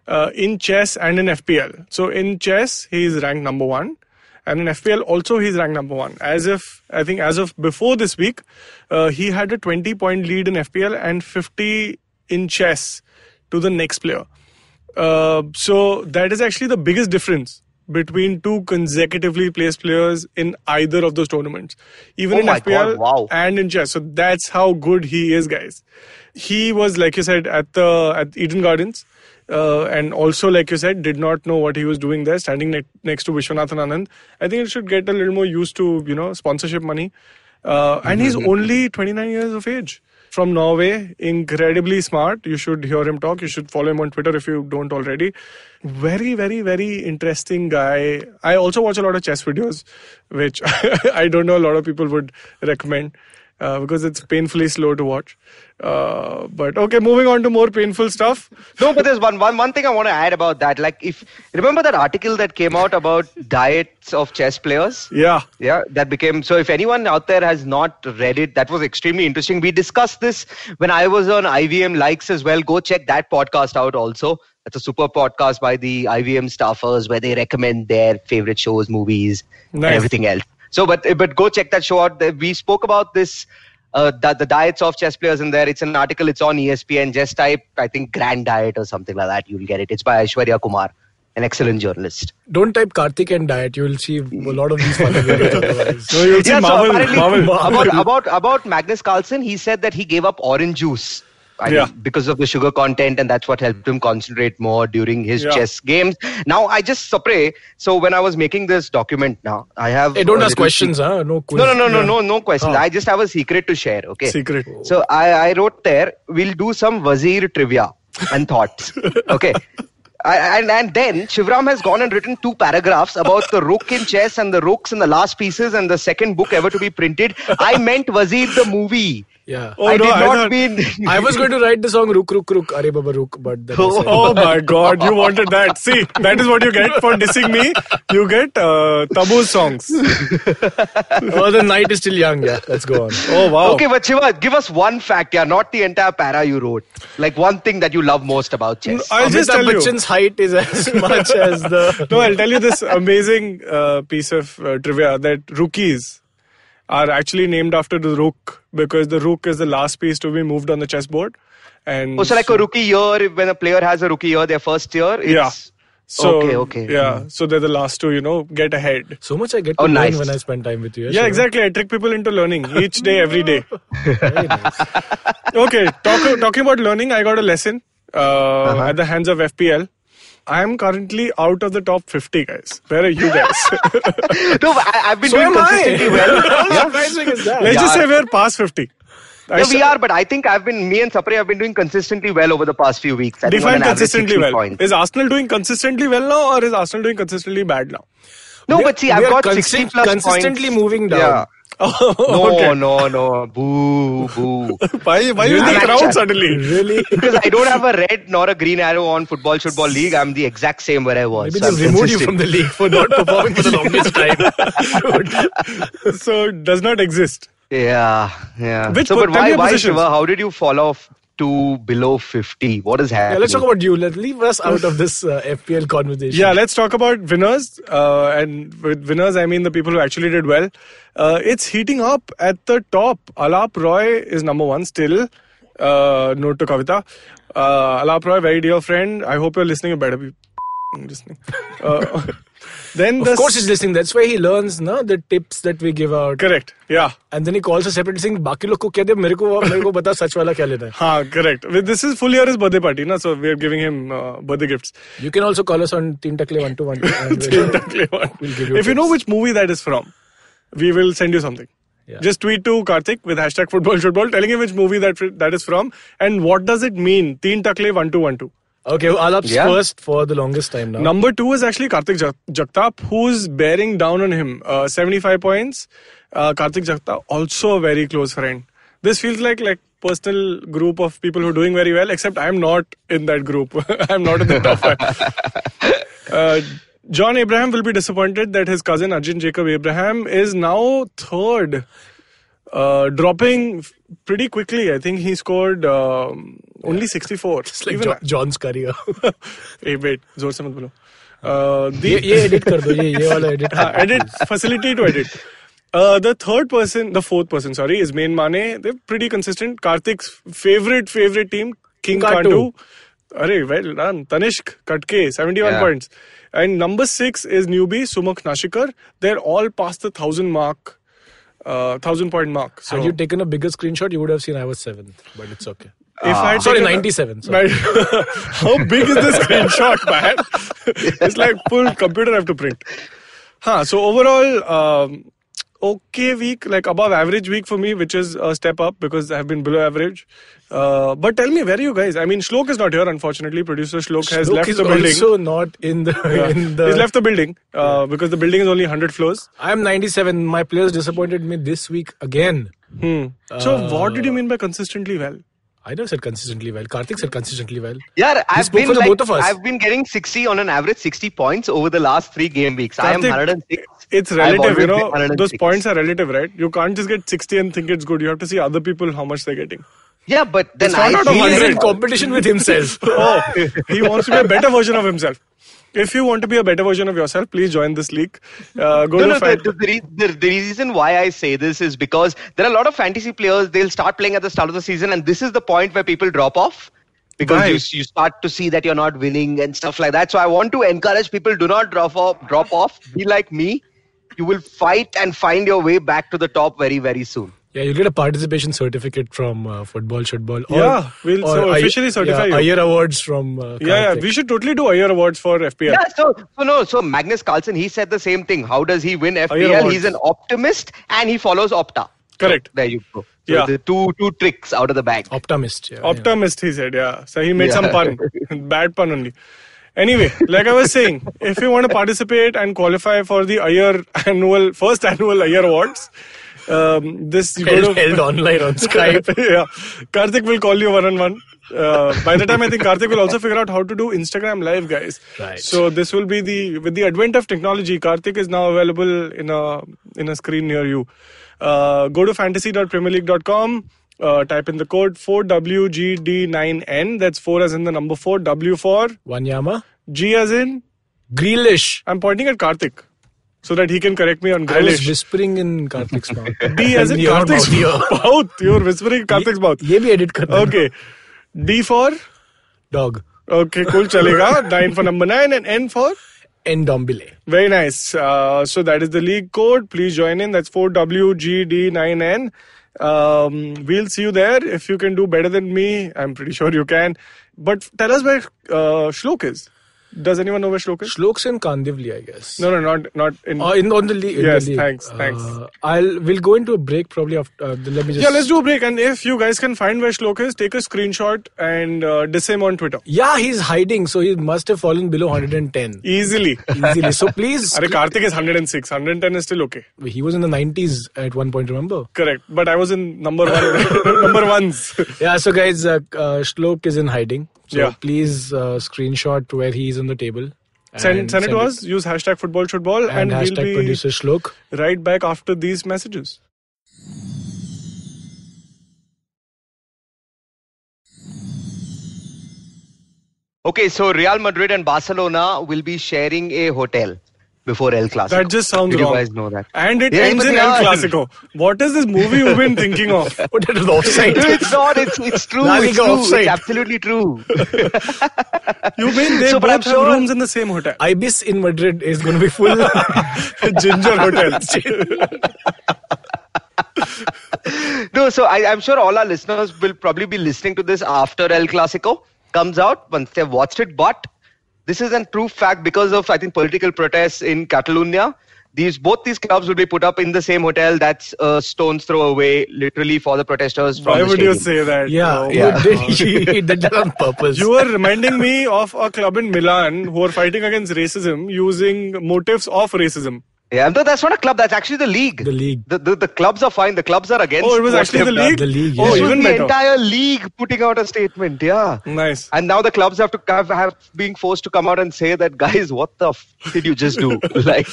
Speaker 4: uh, in chess and in FPL. So in chess, he is ranked number one, and in FPL also he is ranked number one. As if I think as of before this week, uh, he had a 20 point lead in FPL and 50 in chess to the next player. Uh, so that is actually the biggest difference between two consecutively placed players in either of those tournaments, even
Speaker 2: Oh
Speaker 4: in
Speaker 2: my
Speaker 4: FPL
Speaker 2: God, wow.
Speaker 4: and in chess. So that's how good he is, guys. He was, like you said, at the at Eden Gardens, uh, and also, like you said, did not know what he was doing there, standing ne- next to Vishwanathan Anand. I think he should get a little more used to, you know, sponsorship money. Uh, and he's only 29 years of age from Norway. Incredibly smart. You should hear him talk. You should follow him on Twitter if you don't already. Very, very, very interesting guy. I also watch a lot of chess videos, which I don't know a lot of people would recommend uh, because it's painfully slow to watch. Uh, but okay, moving on to more painful stuff.
Speaker 2: No, but there's one, one, one thing I want to add about that. Like, if remember that article that came out about diets of chess players?
Speaker 4: Yeah.
Speaker 2: Yeah, that became so. If anyone out there has not read it, that was extremely interesting. We discussed this when I was on IVM Likes as well. Go check that podcast out also. That's a super podcast by the IVM staffers where they recommend their favorite shows, movies, and
Speaker 4: Nice.
Speaker 2: everything else. So, but but go check that show out. We spoke about this. Uh, the, the diets of chess players in there. It's an article. It's on E ESPN. Just type, I think, Grand Diet or something like that. You'll get it. It's by Aishwarya Kumar, an excellent journalist.
Speaker 3: Don't type Karthik and diet. You will see a lot of these funny videos otherwise.
Speaker 4: No, you'll see
Speaker 2: Yeah, so
Speaker 4: Marvel.
Speaker 2: apparently
Speaker 4: Marvel.
Speaker 2: About, about about Magnus Carlsen, he said that he gave up orange juice. I
Speaker 4: Yeah.
Speaker 2: mean, because of the sugar content, and that's what helped him concentrate more during his
Speaker 4: Yeah.
Speaker 2: chess games. Now, I just spray. So when I was making this document, now I have.
Speaker 3: Hey, don't
Speaker 2: a
Speaker 3: ask
Speaker 2: little
Speaker 3: questions,
Speaker 2: sec-
Speaker 3: huh? No quiz.
Speaker 2: No, no, no, no, no, no questions.
Speaker 3: Huh.
Speaker 2: I just have a secret to share. Okay.
Speaker 4: Ah. Secret.
Speaker 2: So I, I wrote there. We'll do some Wazir trivia and thoughts. Okay. I, and and then Shivram has gone and written two paragraphs about the rook in chess and the rooks in the last pieces and the second book ever to be printed. I meant Wazir the movie.
Speaker 3: Yeah.
Speaker 4: Oh,
Speaker 2: I
Speaker 4: no,
Speaker 2: did
Speaker 4: I
Speaker 2: not
Speaker 4: thought-
Speaker 2: mean.
Speaker 3: I was going to write the song Rook Rook Rook Are Baba Rook, but then I said,
Speaker 4: Oh my god, you wanted that. See, that is what you get for dissing me. You get uh, taboo songs.
Speaker 3: oh, the night is still young. Yeah, let's go on.
Speaker 4: Oh wow.
Speaker 2: Okay, but Shiva, give us one fact, yeah, not the entire para you wrote. Like one thing that you love most about chess.
Speaker 4: I'll just
Speaker 3: Amitabh
Speaker 4: tell you.
Speaker 3: Bachchan's height is as much as the.
Speaker 4: No, I'll tell you this amazing uh, piece of uh, trivia that rookies are actually named after the rook because the rook is the last piece to be moved on the chessboard. And
Speaker 2: Oh, so like a rookie year, if- when a player has a rookie year, their first year. It's,
Speaker 4: yeah. So
Speaker 2: okay, okay.
Speaker 4: Yeah, so they're the last to you know get ahead.
Speaker 3: So much I get to
Speaker 2: Oh,
Speaker 3: learn
Speaker 2: nice.
Speaker 3: when I spend time with you.
Speaker 4: Yeah,
Speaker 3: Shiva.
Speaker 4: exactly. I trick people into learning each day, every day.
Speaker 3: Very nice.
Speaker 4: okay, talk, talking about learning, I got a lesson uh,
Speaker 2: Uh-huh.
Speaker 4: at the hands of FPL. I am currently out of the top 50, guys. Where are you guys?
Speaker 2: No, but I, I've been
Speaker 3: So
Speaker 2: doing
Speaker 3: am I.
Speaker 2: consistently well.
Speaker 3: How surprising is that?
Speaker 4: Let's just
Speaker 2: Yeah.
Speaker 4: say we're past 50. I
Speaker 2: Yeah,
Speaker 4: sh-
Speaker 2: we are, but I think I've been me and Sapre have been doing consistently well over the past few weeks. I think on
Speaker 4: Define
Speaker 2: an average
Speaker 4: consistently
Speaker 2: 60
Speaker 4: well.
Speaker 2: points.
Speaker 4: Is Arsenal doing consistently well now or is Arsenal doing consistently bad now?
Speaker 2: No, but see,
Speaker 3: We
Speaker 2: I've
Speaker 3: are
Speaker 2: got
Speaker 3: consi-
Speaker 2: 60 plus points.
Speaker 3: consistently moving down.
Speaker 2: Yeah.
Speaker 4: Oh,
Speaker 2: No,
Speaker 4: okay.
Speaker 2: no, no. Boo, boo.
Speaker 4: Why, why is
Speaker 2: I'm
Speaker 4: the crowd
Speaker 2: actually-
Speaker 4: suddenly?
Speaker 3: Really?
Speaker 2: because I don't have a red nor a green arrow on Football Football League. I'm the exact same where I was.
Speaker 3: Maybe
Speaker 2: So I'm
Speaker 3: they've removed you
Speaker 2: consistent.
Speaker 3: from the league for not performing for the longest time.
Speaker 4: so it does not exist.
Speaker 2: Yeah, yeah.
Speaker 4: Which
Speaker 2: so,
Speaker 4: po-
Speaker 2: but
Speaker 4: tell
Speaker 2: why,
Speaker 4: me your
Speaker 2: why
Speaker 4: positions.
Speaker 2: Shiva? How did you fall off to below 50? What is happening?
Speaker 3: yeah, let's talk about you. Let's leave us out of this uh, FPL conversation.
Speaker 4: Yeah, let's talk about winners. Uh, and with winners, I mean the people who actually did well. Uh, it's heating up at the top. Alap Roy is number one still. Uh, note to Kavita. Uh, Alap Roy, very dear friend. I hope you're listening. You better be listening. Uh, then the
Speaker 3: Of course, he's listening. That's why he learns no, the tips that we give out.
Speaker 4: correct. Yeah.
Speaker 3: And then he calls us separate saying, बाकी लोग को क्या दे मेरे को मेरे को बता सच वाला क्या लेना है
Speaker 4: Ha, correct. With- This is full year is birthday party, na? so we are giving him uh, birthday gifts.
Speaker 3: You can also call us on Teen Takle 121. and we'll- We'll give you
Speaker 4: if you know
Speaker 3: tips.
Speaker 4: which movie that is from, we will send you something.
Speaker 3: Yeah.
Speaker 4: Just tweet to Karthik with hashtag football football, telling him which movie that that is from and what does it mean. Teen Takle one two one two.
Speaker 3: Okay, well, Alap's
Speaker 2: Yeah.
Speaker 3: first for the longest time now.
Speaker 4: Number two is actually Karthik Jak- Jagtap, who's bearing down on him. Uh, 75 points. Uh, Karthik Jagtap, also a very close friend. This feels like like personal group of people who are doing very well, except I'm not in that group. I'm not in the top five. Uh, John Abraham will be disappointed that his cousin Ajin Jacob Abraham is now third, uh, dropping f- pretty quickly. I think he scored um, only 64.
Speaker 3: It's like
Speaker 4: Even
Speaker 3: jo- John's career.
Speaker 4: ए wait जोर से मत बोलो Uh, the-
Speaker 3: ये ये edit कर दो ये ये वाला edit.
Speaker 4: हाँ, edit facility to edit Uh, the third person, the fourth person, sorry, is Main Mane. They're pretty consistent. Karthik's favorite favorite team, King
Speaker 3: Kantu.
Speaker 4: Kantu. Arey, well done. Tanishk Katke, 71
Speaker 2: Yeah.
Speaker 4: points. And number six is newbie Sumak Nashikar. They're all past the thousand mark, uh, thousand point mark. So
Speaker 3: Had you taken a bigger screenshot, you would have seen I was seventh, but it's okay.
Speaker 4: if I had
Speaker 3: Ah. Sorry,
Speaker 4: taken a-
Speaker 3: 97. Sorry.
Speaker 4: Man, how big is this screenshot, man? it's like full computer I have to print. Huh, so overall, um, okay week, like above average week for me, which is a step up because I have been below average. Uh, but tell me, where are you guys? I mean, Shlok is not here, unfortunately. Producer Shlok, has
Speaker 3: Look,
Speaker 4: left
Speaker 3: he's
Speaker 4: the building.
Speaker 3: also not in the
Speaker 4: Yeah.
Speaker 3: in the.
Speaker 4: He's left the building uh, because the building is only 100 floors.
Speaker 3: I'm 97. My players disappointed me this week again. Uh,
Speaker 4: Hmm. So, what did you mean by consistently well?
Speaker 3: I never said consistently well. Karthik said consistently well.
Speaker 2: Yeah, I've
Speaker 3: spoke for
Speaker 2: been
Speaker 3: the
Speaker 2: like,
Speaker 3: both of us.
Speaker 2: I've been getting 60 on an average 60 points over the last three game weeks. I am
Speaker 4: Karthik,
Speaker 2: 106.
Speaker 4: It's
Speaker 2: I've
Speaker 4: relative,
Speaker 2: always
Speaker 4: you
Speaker 2: been
Speaker 4: know.
Speaker 2: 106.
Speaker 4: Those points are relative, right? You can't just get 60 and think it's good. You have to see other people how much they're getting.
Speaker 2: Yeah, but then
Speaker 4: It's
Speaker 2: I
Speaker 4: not out of
Speaker 3: He
Speaker 2: feel-
Speaker 3: is in
Speaker 4: 100.
Speaker 3: competition with himself.
Speaker 4: Oh, he wants to be a better version of himself. If you want to be a better version of yourself, please join this league. Uh, go
Speaker 2: No,
Speaker 4: to
Speaker 2: no,
Speaker 4: fight.
Speaker 2: the, the, re- the, the reason why I say this is because there are a lot of fantasy players, they'll start playing at the start of the season, and this is the point where people drop off because
Speaker 4: Right.
Speaker 2: you, s- you start to see that you're not winning and stuff like that. So I want to encourage people do not drop off, drop off, be like me. You will fight and find your way back to the top very, very soon.
Speaker 3: Yeah, you'll get a participation certificate from uh, football, football. Or,
Speaker 4: Yeah, we'll
Speaker 3: or
Speaker 4: so
Speaker 3: I-
Speaker 4: officially certify
Speaker 3: yeah,
Speaker 4: you.
Speaker 3: Iyer awards from. Uh,
Speaker 4: yeah, yeah,
Speaker 3: Karthik.
Speaker 4: we should totally do Ayer Awards for FPL.
Speaker 2: Yeah, so, so no, so Magnus Carlsen, he said the same thing. How does he win FPL?
Speaker 4: awards.
Speaker 2: He's an optimist and he follows Opta.
Speaker 4: Correct.
Speaker 2: So there you go. So
Speaker 4: Yeah.
Speaker 2: the two two tricks out of the bag.
Speaker 3: Optimist. Yeah, yeah.
Speaker 4: Optimist, he said. Yeah. So he made
Speaker 2: Yeah.
Speaker 4: some pun. Bad pun only. Anyway, like I was saying, if you want to participate and qualify for the Ayer annual, first annual Ayer Awards, um, this you go
Speaker 3: Held,
Speaker 4: to.
Speaker 3: held online on Skype.
Speaker 4: yeah. Karthik will call you one on one. By the time I think Karthik will also figure out how to do Instagram live, guys.
Speaker 3: Right.
Speaker 4: So this will be the with the advent of technology, Karthik is now available in a in a screen near you. Uh, go to fantasy.premierleague.com. Uh, type in the code 4WGD9N. That's 4 as in the number 4, W for
Speaker 3: Wanyama.
Speaker 4: G as in.
Speaker 3: Grealish.
Speaker 4: I'm pointing at Karthik so that he can correct me on
Speaker 3: I was
Speaker 4: Grealish.
Speaker 3: whispering in Karthik's mouth.
Speaker 4: D as in
Speaker 3: Your mouth,
Speaker 4: Karthik's
Speaker 3: yeah.
Speaker 4: mouth. You're whispering Karthik's mouth.
Speaker 3: ये भी edit करना
Speaker 4: Okay. D for
Speaker 3: Dog.
Speaker 4: Okay, cool. Chalega. Nine for number nine and N for.
Speaker 3: Ndombele.
Speaker 4: Very nice. Uh, so that is the league code. Please join in. That's 4WGD9N. Um, we'll see you there. If you can do better than me, I'm pretty sure you can. But tell us where uh, Shlok is. Does anyone know where Shlok is?
Speaker 3: Shlok's in Kandivli, I guess.
Speaker 4: No, no, not not in.
Speaker 3: Uh, in on the league.
Speaker 4: Yes,
Speaker 3: in the league.
Speaker 4: thanks, thanks.
Speaker 3: Uh, I'll we'll go into a break probably after. Uh, let me just.
Speaker 4: yeah, let's do a break. And if you guys can find where Shlok is, take a screenshot and uh, diss him on Twitter
Speaker 3: Yeah, he's hiding, so he must have fallen below 110
Speaker 4: easily.
Speaker 3: easily. So please,
Speaker 4: Are Karthik is 106. 110 is still okay.
Speaker 3: he was in the 90s at one point. Remember?
Speaker 4: Correct. But I was in number one. number ones.
Speaker 3: Yeah. So guys, uh, uh, Shlok is in hiding. So
Speaker 4: Yeah.
Speaker 3: please uh, screenshot where he is on the table. and
Speaker 4: Send, send it to us. Use hashtag football should ball
Speaker 3: And,
Speaker 4: and, we'll
Speaker 3: hashtag
Speaker 4: be
Speaker 3: producer Shlok.
Speaker 4: right back after these messages.
Speaker 2: Okay, so Real Madrid and Barcelona will be sharing a hotel before El Clasico.
Speaker 4: That just sounds
Speaker 2: Did
Speaker 4: wrong.
Speaker 2: You guys know that.
Speaker 4: And it
Speaker 2: Yeah,
Speaker 4: ends
Speaker 2: but
Speaker 4: in
Speaker 2: yeah.
Speaker 4: El Clasico. What is this movie you've been thinking of?
Speaker 3: Put it on the offside.
Speaker 2: No, it's not. It's, it's true.
Speaker 3: Clasico
Speaker 2: It's, true.
Speaker 3: offside.
Speaker 2: it's absolutely true.
Speaker 4: You mean they
Speaker 2: So, but I'm
Speaker 4: both have
Speaker 2: sure-
Speaker 4: rooms in the same hotel?
Speaker 3: Ibis in Madrid is going to be full.
Speaker 4: Ginger Hotel.
Speaker 2: No, so I, I'm sure all our listeners will probably be listening to this after El Clasico comes out once they've watched it. But this is a true fact because of I think political protests in Catalonia. These both these clubs will be put up in the same hotel. That's a stone's throw away, literally for the protesters. From
Speaker 4: Why
Speaker 2: the
Speaker 4: would you
Speaker 2: stadium.
Speaker 4: say that?
Speaker 3: Yeah,
Speaker 4: Oh,
Speaker 3: You did, he did that on purpose.
Speaker 4: You are reminding me of a club in Milan who are fighting against racism using motives of racism.
Speaker 2: Yeah, no, that's not a club. That's actually the league.
Speaker 3: The league.
Speaker 2: The, the, the clubs are fine. The clubs are against.
Speaker 4: Oh, it was
Speaker 2: what
Speaker 4: actually
Speaker 2: they've
Speaker 4: the
Speaker 2: done.
Speaker 4: league.
Speaker 3: The league,
Speaker 4: Oh,
Speaker 2: This was
Speaker 3: yeah.
Speaker 4: even
Speaker 2: the
Speaker 4: better.
Speaker 2: entire league putting out a statement. Yeah.
Speaker 4: Nice.
Speaker 2: And now the clubs have to have, have being forced to come out and say that guys, what the f- did you just do? like,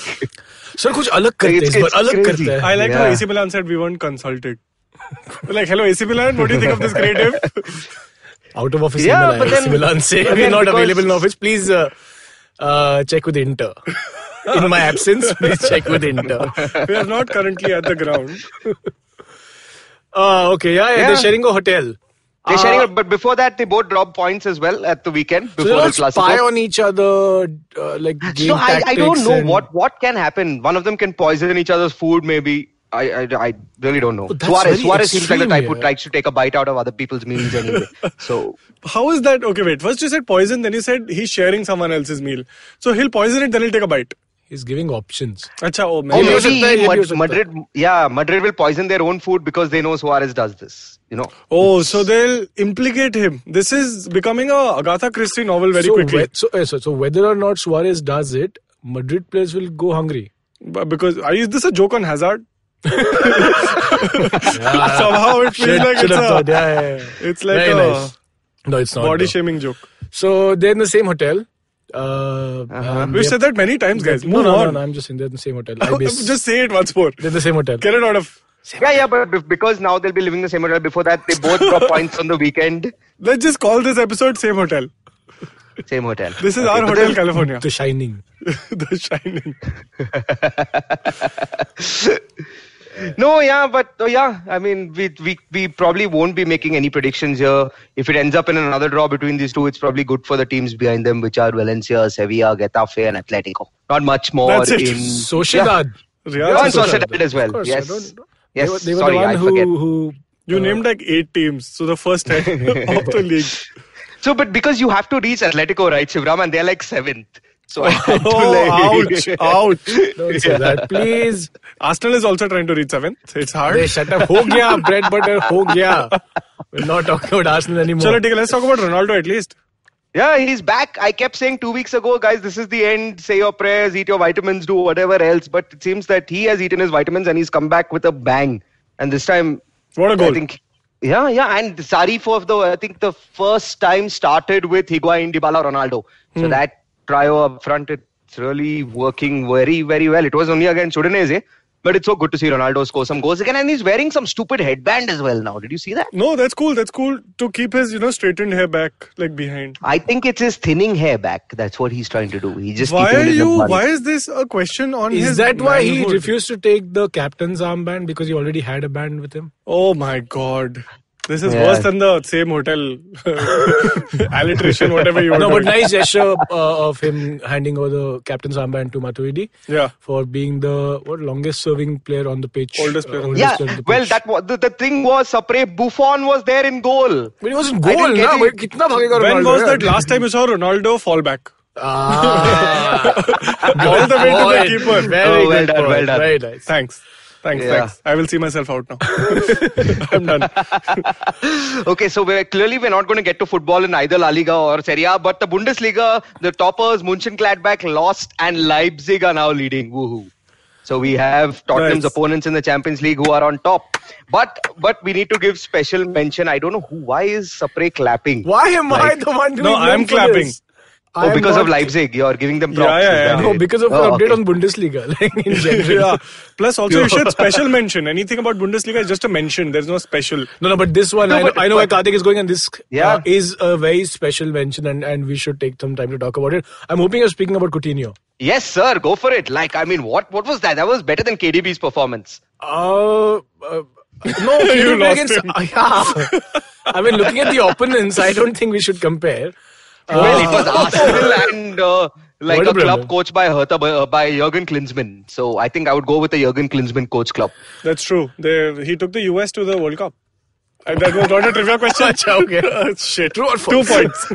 Speaker 3: sir कुछ अलग करते हैं इस
Speaker 2: It's-
Speaker 3: bar
Speaker 2: it's
Speaker 3: अलग
Speaker 2: crazy.
Speaker 3: करते हैं
Speaker 4: I like how
Speaker 2: Yeah.
Speaker 4: AC Milan said we weren't consulted. like, hello, AC Milan, what do you think of this creative?
Speaker 3: out of office
Speaker 2: Yeah,
Speaker 3: email
Speaker 2: but
Speaker 3: I
Speaker 2: then-
Speaker 3: Milan say
Speaker 2: but
Speaker 3: we're
Speaker 2: then
Speaker 3: not
Speaker 2: because-
Speaker 3: available in office please uh, uh, check with Inter in my absence please check with Inter
Speaker 4: we are not currently at the ground.
Speaker 3: uh, okay yeah, yeah, they're
Speaker 2: Yeah.
Speaker 3: sharing a hotel
Speaker 2: they're
Speaker 3: Uh,
Speaker 2: sharing it, but before that, they both dropped points as well at the weekend
Speaker 3: so they
Speaker 2: before
Speaker 3: all
Speaker 2: the Clasico.
Speaker 3: spy on each other uh, like game
Speaker 2: so I, I don't
Speaker 3: tactics
Speaker 2: know
Speaker 3: and-
Speaker 2: what, what can happen. One of them can poison each other's food, maybe. I, I, I really don't know.
Speaker 3: But Oh, that's
Speaker 2: Suarez,
Speaker 3: very
Speaker 2: Suarez seems like the
Speaker 3: extreme,
Speaker 2: type who
Speaker 3: yeah.
Speaker 2: tries to take a bite out of other people's meals anyway. so
Speaker 4: How is that? Okay, wait. First you said poison, then you said he's sharing someone else's meal. So he'll poison it, then he'll take a bite.
Speaker 3: he's giving options
Speaker 4: Acha, oh, man.
Speaker 2: Or
Speaker 3: ये भी
Speaker 2: maybe
Speaker 3: हो सकता है, ये भी हो
Speaker 2: Mad-
Speaker 3: सकता है।
Speaker 2: Madrid, yeah, Madrid will poison their own food because they know Suarez does this. You know,
Speaker 4: Oh, so they'll implicate him. This is becoming a Agatha Christie novel very
Speaker 3: so,
Speaker 4: quickly.
Speaker 3: whe- so, uh, so, so whether or not Suarez does it Madrid players will go hungry
Speaker 4: B- Because uh, is this a joke on Hazard? Somehow it feels like
Speaker 3: Should
Speaker 4: it's
Speaker 3: have
Speaker 4: a,
Speaker 3: thought, yeah, yeah, yeah.
Speaker 4: it's like
Speaker 3: Very
Speaker 4: a
Speaker 3: nice. no it's not
Speaker 4: body
Speaker 3: though.
Speaker 4: shaming joke.
Speaker 3: So they're in the same hotel. Uh,
Speaker 2: Uh-huh.
Speaker 3: and
Speaker 4: We've
Speaker 3: they're-
Speaker 4: said that many times, guys.
Speaker 3: No,
Speaker 4: Move
Speaker 3: no, no,
Speaker 4: on.
Speaker 3: no, I'm just saying they're in the same hotel. Ibis.
Speaker 4: Just say it once more.
Speaker 3: they're in the same hotel.
Speaker 4: Get it out of.
Speaker 2: yeah, yeah, but be- because now they'll be living the same hotel. Before that, they both drop points on the weekend.
Speaker 4: Let's just call this episode Same Hotel.
Speaker 2: Same hotel.
Speaker 4: This is
Speaker 2: Okay,
Speaker 4: our
Speaker 2: but
Speaker 4: hotel,
Speaker 2: then-
Speaker 4: California.
Speaker 3: The Shining.
Speaker 4: the Shining.
Speaker 2: No, yeah, but oh, yeah, I mean, we, we we probably won't be making any predictions here. If it ends up in another draw between these two, it's probably good for the teams behind them, which are Valencia, Sevilla, Getafe, and Atletico. Not much more
Speaker 4: That's it.
Speaker 2: in
Speaker 3: Sociedad.
Speaker 4: Real
Speaker 2: Yeah, and
Speaker 4: Sociedad.
Speaker 2: Sociedad as well.
Speaker 3: Of course, I
Speaker 2: yes,
Speaker 3: don't-
Speaker 2: yes.
Speaker 3: They were, they were
Speaker 2: sorry,
Speaker 3: the one
Speaker 2: I
Speaker 3: who,
Speaker 2: forget.
Speaker 3: who
Speaker 4: You
Speaker 3: uh,
Speaker 4: named like eight teams, so the first time of the league.
Speaker 2: So, but because you have to reach Atletico, right, Shivram, and they're like seventh. So I had to
Speaker 4: Oh,
Speaker 2: like,
Speaker 4: ouch, ouch.
Speaker 3: Don't say that, please.
Speaker 4: Arsenal is also trying to reach seventh. It's hard.
Speaker 3: They shut up. Ho gaya, bread butter. Ho gaya. We're not talking about Arsenal anymore.
Speaker 4: Chalo, take it. Let's talk about Ronaldo at least.
Speaker 2: Yeah, he's back. I kept saying two weeks ago, guys, this is the end. Say your prayers, eat your vitamins, do whatever else. But it seems that he has eaten his vitamins and he's come back with a bang. And this time,
Speaker 4: What a goal.
Speaker 2: I think, yeah, yeah. And sorry for the, I think the first time started with Higuain, Dybala, Ronaldo.
Speaker 4: Hmm.
Speaker 2: So that trio up front, it's really working very, very well. It was only against Udinese, but it's so good to see Ronaldo score some goals again. And he's wearing some stupid headband as well now. Did you see that?
Speaker 4: No, that's cool. That's cool to keep his, you know, straightened hair back, like behind.
Speaker 2: I think it's his thinning hair back. That's what he's trying to do. He's just
Speaker 4: Why
Speaker 2: keeping it
Speaker 4: are
Speaker 2: in
Speaker 4: you?
Speaker 2: a bun.
Speaker 4: Why is this a question on his?
Speaker 3: Is that why he
Speaker 4: manhood?
Speaker 3: refused to take the captain's armband because he already had a band with him?
Speaker 4: Oh my god. This is
Speaker 2: Yeah.
Speaker 4: worse than the same hotel alliteration, whatever you want.
Speaker 3: No, but nice gesture uh, of him handing over the captain's armband to Matuidi.
Speaker 4: Yeah.
Speaker 3: For being the what longest serving player on the pitch.
Speaker 4: Oldest player on the
Speaker 2: Yeah,
Speaker 3: player on the
Speaker 2: well,
Speaker 3: pitch.
Speaker 2: that was the, the thing was Sapre Buffon was there in goal.
Speaker 3: But it wasn't
Speaker 2: I didn't
Speaker 3: goal,
Speaker 2: get
Speaker 3: na?
Speaker 2: it.
Speaker 3: But कितना भागेगा
Speaker 4: When
Speaker 3: Ronaldo
Speaker 4: was
Speaker 3: यार?
Speaker 4: that last time you saw Ronaldo fall back?
Speaker 3: Ah,
Speaker 4: All the way to
Speaker 3: Point.
Speaker 4: the keeper.
Speaker 3: Very
Speaker 2: Oh, well
Speaker 3: good
Speaker 2: done,
Speaker 3: point.
Speaker 2: well done.
Speaker 3: Very nice.
Speaker 4: Thanks. Thanks,
Speaker 2: Yeah.
Speaker 4: thanks. I will see myself out now. I'm done.
Speaker 2: Okay, so we're clearly we're not going to get to football in either La Liga or Serie A, but the Bundesliga, the toppers Mönchengladbach lost and Leipzig are now leading. Woohoo! So we have Tottenham's
Speaker 4: Nice.
Speaker 2: opponents in the Champions League who are on top. But but we need to give special mention. I don't know who. Why is Sapre clapping?
Speaker 3: Why am I the one doing
Speaker 4: No, I'm
Speaker 3: blame for
Speaker 4: clapping.
Speaker 3: this?
Speaker 2: Oh,
Speaker 3: I'm
Speaker 2: because of
Speaker 3: not-
Speaker 2: Leipzig, you're giving them
Speaker 4: Yeah,
Speaker 2: props.
Speaker 4: yeah,
Speaker 2: is
Speaker 4: yeah.
Speaker 2: that
Speaker 3: No,
Speaker 2: it?
Speaker 3: because of
Speaker 2: Oh,
Speaker 3: the update
Speaker 2: okay.
Speaker 3: on Bundesliga, like in general.
Speaker 4: yeah. Plus, also, you should special mention. Anything about Bundesliga is just a mention. There's no special.
Speaker 3: No, no, but this one,
Speaker 2: No,
Speaker 3: I, know,
Speaker 2: but-
Speaker 3: I know where
Speaker 2: but-
Speaker 3: Karthik is going, and this uh,
Speaker 2: Yeah.
Speaker 3: is a very special mention, and, and we should take some time to talk about it. I'm hoping you're speaking about Coutinho.
Speaker 2: Yes, sir. Go for it. Like, I mean, what what was that? That was better than KDB's performance.
Speaker 3: Uh, uh, no, Kevin
Speaker 4: You lost
Speaker 3: Bacon's-
Speaker 4: him.
Speaker 3: Uh, yeah. I mean, looking at the opponents, I don't think we should compare. Uh,
Speaker 2: well, it was Arsenal and uh, like
Speaker 3: What
Speaker 2: a
Speaker 3: a
Speaker 2: club
Speaker 3: problem.
Speaker 2: coached by Hertha by, uh, by Jurgen Klinsmann. So I think I would go with the Jurgen Klinsmann coach club.
Speaker 4: That's true. They, he took the US to the World Cup. And that was not a trivial question.
Speaker 3: Acha, okay.
Speaker 4: Shit.
Speaker 3: True or
Speaker 4: Two
Speaker 3: false?
Speaker 4: points.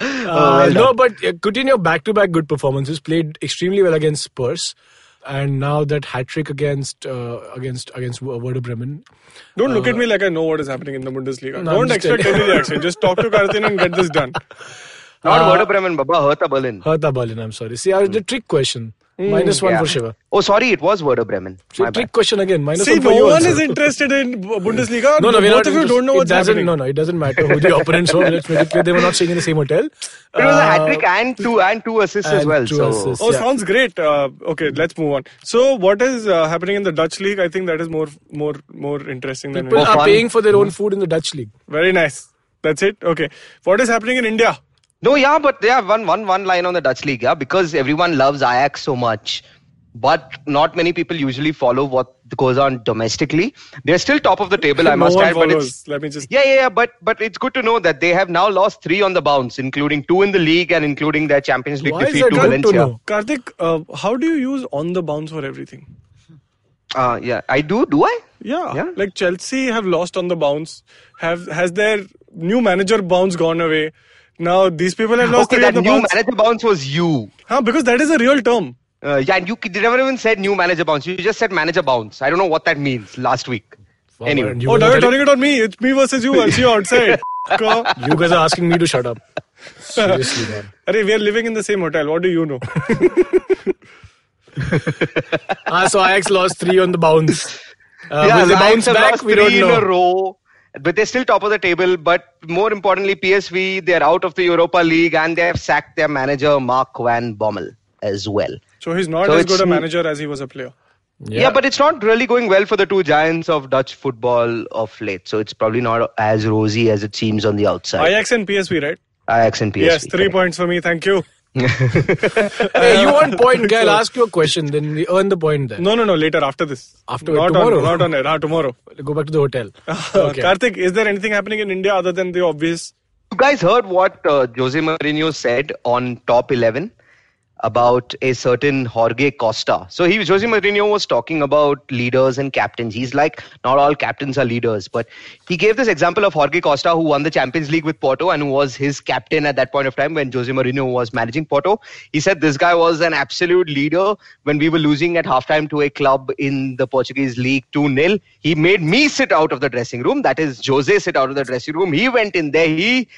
Speaker 3: Uh, no, but uh, Coutinho back-to-back good performances played extremely well against Spurs, and now that hat trick against uh, against against W- Werder Bremen.
Speaker 4: Don't look at me like I know what is happening in the Bundesliga.
Speaker 3: Uh, No, I'm
Speaker 4: Don't
Speaker 3: just
Speaker 4: expect
Speaker 3: telling-
Speaker 4: any reaction. Just talk to Karthin and get this done.
Speaker 2: Not
Speaker 3: Ah.
Speaker 2: Werder Bremen, Baba, Hertha Berlin.
Speaker 3: Hertha Berlin. I'm sorry. See, I
Speaker 4: Hmm.
Speaker 3: the trick question. Minus one
Speaker 2: Yeah.
Speaker 3: for Shiva.
Speaker 2: Oh, sorry, it was Werder Bremen.
Speaker 3: See,
Speaker 2: My
Speaker 3: trick
Speaker 2: bad.
Speaker 3: question again. Minus
Speaker 4: See,
Speaker 3: one for
Speaker 4: no
Speaker 3: you
Speaker 4: one
Speaker 3: also.
Speaker 4: is interested in B- Bundesliga.
Speaker 3: No, no, we're not.
Speaker 4: Both of you
Speaker 3: interested.
Speaker 4: don't know what's
Speaker 3: it doesn't,
Speaker 4: happening.
Speaker 3: No, no, it doesn't matter who the opponents were. Let's make it clear they were not staying in the same hotel. Uh,
Speaker 2: It was a hat trick and two and two assists as
Speaker 3: and
Speaker 2: well.
Speaker 3: two
Speaker 2: so
Speaker 3: assists.
Speaker 4: Oh,
Speaker 3: Yeah.
Speaker 4: sounds great. Uh, okay, let's move on. So, what is uh, happening in the Dutch league? I think that is more, more, more interesting than
Speaker 3: People
Speaker 2: More
Speaker 4: India.
Speaker 3: are
Speaker 2: fun.
Speaker 3: paying for their own food in the Dutch league.
Speaker 4: very nice. That's it. Okay, what is happening in India?
Speaker 2: no, yeah, but they have one one one line on the Dutch league, yeah, because everyone loves Ajax so much, but not many people usually follow what goes on domestically. They're still top of the table, I
Speaker 4: no
Speaker 2: must
Speaker 4: one
Speaker 2: add, but
Speaker 4: follows.
Speaker 2: it's
Speaker 4: Let me just.
Speaker 2: Yeah, yeah, yeah. But but it's good to know that they have now lost three on the bounce, including two in the league and including their Champions League
Speaker 3: Why is
Speaker 2: defeat
Speaker 3: that
Speaker 2: to
Speaker 3: good to
Speaker 2: Valencia.
Speaker 3: know?
Speaker 4: Karthik, uh, how do you use on the bounce for everything?
Speaker 2: Uh, yeah, I do. Do I?
Speaker 4: Yeah.
Speaker 2: Yeah.
Speaker 4: Like Chelsea have lost on the bounce. Have has their new manager bounce gone away? Now these people have lost
Speaker 2: okay,
Speaker 4: three on
Speaker 2: that
Speaker 4: the
Speaker 2: new
Speaker 4: bounce.
Speaker 2: manager bounce was you.
Speaker 4: Huh, because that is a real term.
Speaker 2: Uh, yeah, and you k- never even said new manager bounce. You just said manager bounce. I don't know what that means. Last week.
Speaker 3: Wow,
Speaker 2: anyway,
Speaker 3: Varun, you
Speaker 4: oh,
Speaker 3: guys
Speaker 4: now you're
Speaker 3: are-
Speaker 4: turning it on me. It's me versus you. I'll see you outside. Go.
Speaker 3: You guys are asking me to shut up. Seriously, man.
Speaker 4: Arey, we are living in the same hotel. What do you know?
Speaker 3: Ah, so Ajax lost three on the bounce. Uh,
Speaker 2: yeah,
Speaker 3: will they
Speaker 2: Lions
Speaker 3: bounce
Speaker 2: have
Speaker 3: back?
Speaker 2: lost
Speaker 3: We don't
Speaker 2: three in a
Speaker 3: know.
Speaker 2: row, but they're still top of the table. But more importantly, PSV they're out of the Europa League and they have sacked their manager Mark Van Bommel as well.
Speaker 4: So he's not
Speaker 2: So
Speaker 4: as
Speaker 2: it's
Speaker 4: good a
Speaker 2: me.
Speaker 4: manager as he was a player.
Speaker 2: Yeah. but it's not really going well for the two giants of Dutch football of late. So it's probably not as rosy as it seems on the outside.
Speaker 4: Ajax and PSV, right?
Speaker 2: Ajax and PSV.
Speaker 4: Yes, three points for me. Thank you.
Speaker 3: hey, you want point, guy? I'll ask you a question. Then we earn the point. Then
Speaker 4: No, no, no. Later, after this.
Speaker 3: After-
Speaker 4: not
Speaker 3: tomorrow.
Speaker 4: On, not on air. Ah, tomorrow.
Speaker 3: go back to the hotel. Okay.
Speaker 4: Karthik, is there anything happening in India other than the obvious?
Speaker 2: You guys heard what uh, Jose Mourinho said on Top 11 about a certain Jorge Costa. So he Jose Mourinho was talking about leaders and captains. He's like not all captains are leaders, but he gave this example of Jorge Costa who won the Champions League with Porto and who was his captain at that point of time when Jose Mourinho was managing Porto. He said this guy was an absolute leader when we were losing at halftime to a club in the Portuguese league 2-0. He made me sit out of the dressing room. That is Jose sit out of the dressing room. He went in there. He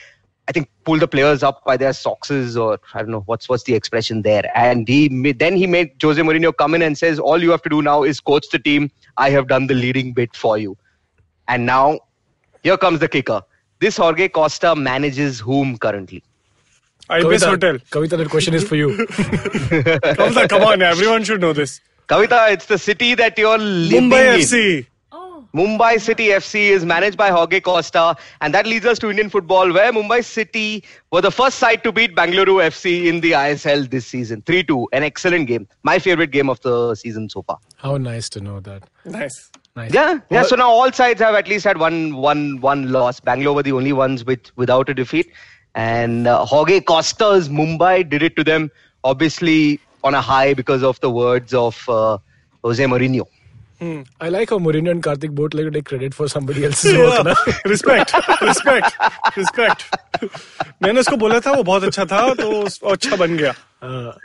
Speaker 2: I think pull the players up by their socks or I don't know what's what's the expression there. And he ma- then he made Jose Mourinho come in and says, "All you have to do now is coach the team. I have done the leading bit for you." And now, here comes the kicker. This Jorge Costa manages whom currently?
Speaker 4: Ibis Hotel.
Speaker 3: Kavita, that question is for you.
Speaker 4: Kavita, come on. Everyone should know this.
Speaker 2: Kavita, it's the city that you're living
Speaker 4: Mumbai
Speaker 2: in.
Speaker 4: FC.
Speaker 2: Mumbai City FC is managed by Jorge Costa, and that leads us to Indian football, where Mumbai City were the first side to beat Bangalore FC in the ISL this season. 3 2, an excellent game. My favorite game of the season so far.
Speaker 3: How nice to know that.
Speaker 4: Nice.
Speaker 3: Nice.
Speaker 2: Yeah, yeah. So now all sides have at least had one, one, one loss. Bangalore were the only ones with without a defeat, and uh, Jorge Costa's Mumbai did it to them. Obviously on a high because of the words of uh, Jose Mourinho.
Speaker 3: I like how Mourinho and Karthik both like to take credit for somebody else's work.
Speaker 4: Yeah.
Speaker 3: na?
Speaker 4: Respect respect respect मैंने उसको बोला था वो बहुत अच्छा था तो उस- वो अच्छा बन गया
Speaker 3: हाँ। Uh,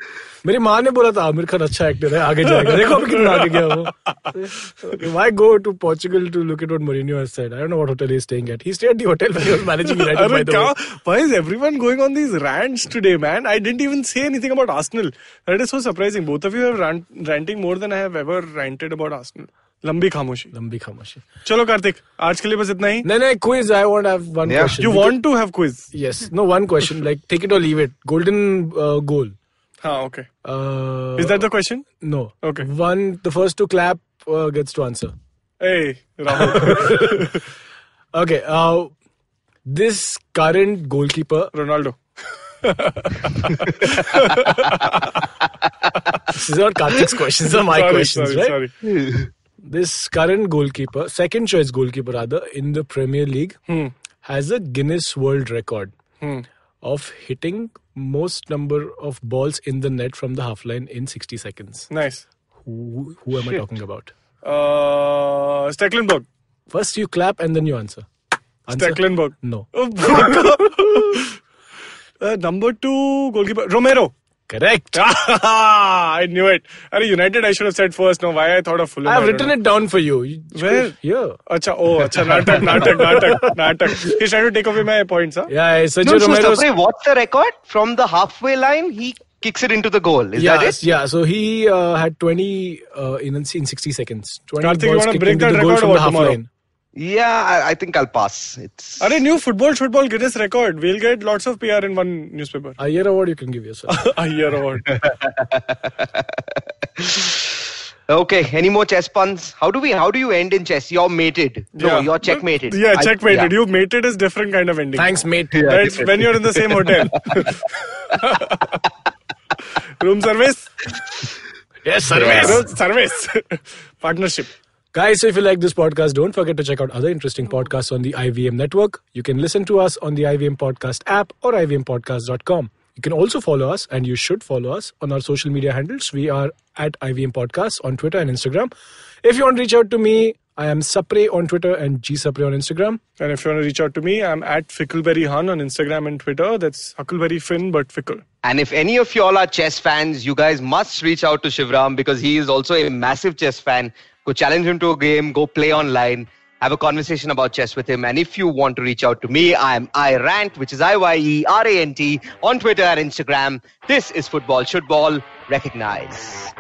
Speaker 3: मेरी माँ ने बोला था आमिर खान अच्छा एक्टर है आगे जाएगा देखो अभी कितना आगे गया वो why go to Portugal to look at what Mourinho has said I don't know what hotel he's staying at he stayed at the hotel where he was managing United by
Speaker 4: अरे
Speaker 3: the
Speaker 4: क्या
Speaker 3: way
Speaker 4: why is everyone going on these rants today man i didn't even say anything about arsenal that is so surprising both of you are rant, ranting more than i have ever ranted about arsenal लंबी खामोशी
Speaker 3: लंबी खामोशी
Speaker 4: चलो कार्तिक आज के लिए बस इतना ही
Speaker 3: नहीं नहीं quiz I want have one
Speaker 2: Yeah.
Speaker 3: Question
Speaker 4: you want to have quiz
Speaker 3: yes no one question like take it और लीव इट गोल्डन गोल
Speaker 4: हाँ okay
Speaker 3: Uh,
Speaker 4: is that the question
Speaker 3: no
Speaker 4: Okay.
Speaker 3: One the first to clap gets to answer
Speaker 4: A Rahul
Speaker 3: Okay. Uh, this current goalkeeper.
Speaker 4: Ronaldo
Speaker 3: This is not Karthik's questions. These are my
Speaker 4: Sorry,
Speaker 3: questions,
Speaker 4: sorry,
Speaker 3: right?
Speaker 4: sorry.
Speaker 3: This current goalkeeper, second choice goalkeeper rather, in the Premier League,
Speaker 4: Hmm.
Speaker 3: has a Guinness World Record of hitting most number of balls in the net from the half line in 60 seconds.
Speaker 4: nice
Speaker 3: Who, who am I talking about?
Speaker 4: Uh, Stecklenburg.
Speaker 3: First you clap and then you answer. Answer?
Speaker 4: Stecklenburg.
Speaker 3: No.
Speaker 4: Oh, Uh, number two goalkeeper Romero.
Speaker 3: Correct.
Speaker 4: Ah, I knew it. Are United? I should have said first. No, why I thought of Fulham.
Speaker 3: I have
Speaker 4: don't
Speaker 3: written
Speaker 4: know.
Speaker 3: it down for you. You-
Speaker 4: Where?
Speaker 3: Here.
Speaker 4: Acha, oh, acha, Natak, Natak, Natak, Natak. He's trying to take away my points, huh?
Speaker 3: Yeah, Sergio
Speaker 2: No, so
Speaker 3: Romero's-
Speaker 2: Sapre, what's the record? From the halfway line, he kicks it into the goal. Is
Speaker 3: yeah,
Speaker 2: that it?
Speaker 3: yeah. So he uh, had 20 uh, in, in 60 seconds. 20
Speaker 4: Karthik, you
Speaker 3: balls
Speaker 4: wanna
Speaker 3: kicked
Speaker 4: break
Speaker 3: into
Speaker 4: that
Speaker 3: the goal
Speaker 4: record
Speaker 3: from
Speaker 4: or
Speaker 3: the half
Speaker 4: tomorrow?
Speaker 3: line.
Speaker 2: Yeah, I, I think I'll pass. It's
Speaker 4: Are new football, football Guinness record. We'll get lots of PR in one newspaper.
Speaker 3: A year award you can give yourself.
Speaker 4: A year award.
Speaker 2: okay. Any more chess puns? How do we? How do you end in chess? You're mated. No,
Speaker 4: Yeah.
Speaker 2: you're checkmated.
Speaker 4: Yeah,
Speaker 2: I-
Speaker 4: checkmated.
Speaker 2: yeah.
Speaker 4: You mated is different kind of ending.
Speaker 3: Thanks, mate.
Speaker 4: That's when you're in the same hotel. Room service.
Speaker 3: Yes,
Speaker 4: Room service. Partnership.
Speaker 3: Guys, if you like this podcast, don't forget to check out other interesting podcasts on the IVM network. You can listen to us on the IVM Podcast app or IVMPodcast.com. You can also follow us, and you should follow us on our social media handles. We are at IVM Podcast on Twitter and Instagram. If you want to reach out to me, I am Sapre on Twitter and G Sapre on Instagram.
Speaker 4: And if you want to reach out to me, I'm at Fickleberry Han on Instagram and Twitter. That's Huckleberry Finn, but fickle.
Speaker 2: And if any of y'all are chess fans, you guys must reach out to Shivram because he is also a massive chess fan. Go challenge him to a game, go play online, have a conversation about chess with him. And if you want to reach out to me, I am IRant, which is I Y E R A N T, on Twitter and Instagram. This is Football Should Ball. Recognize.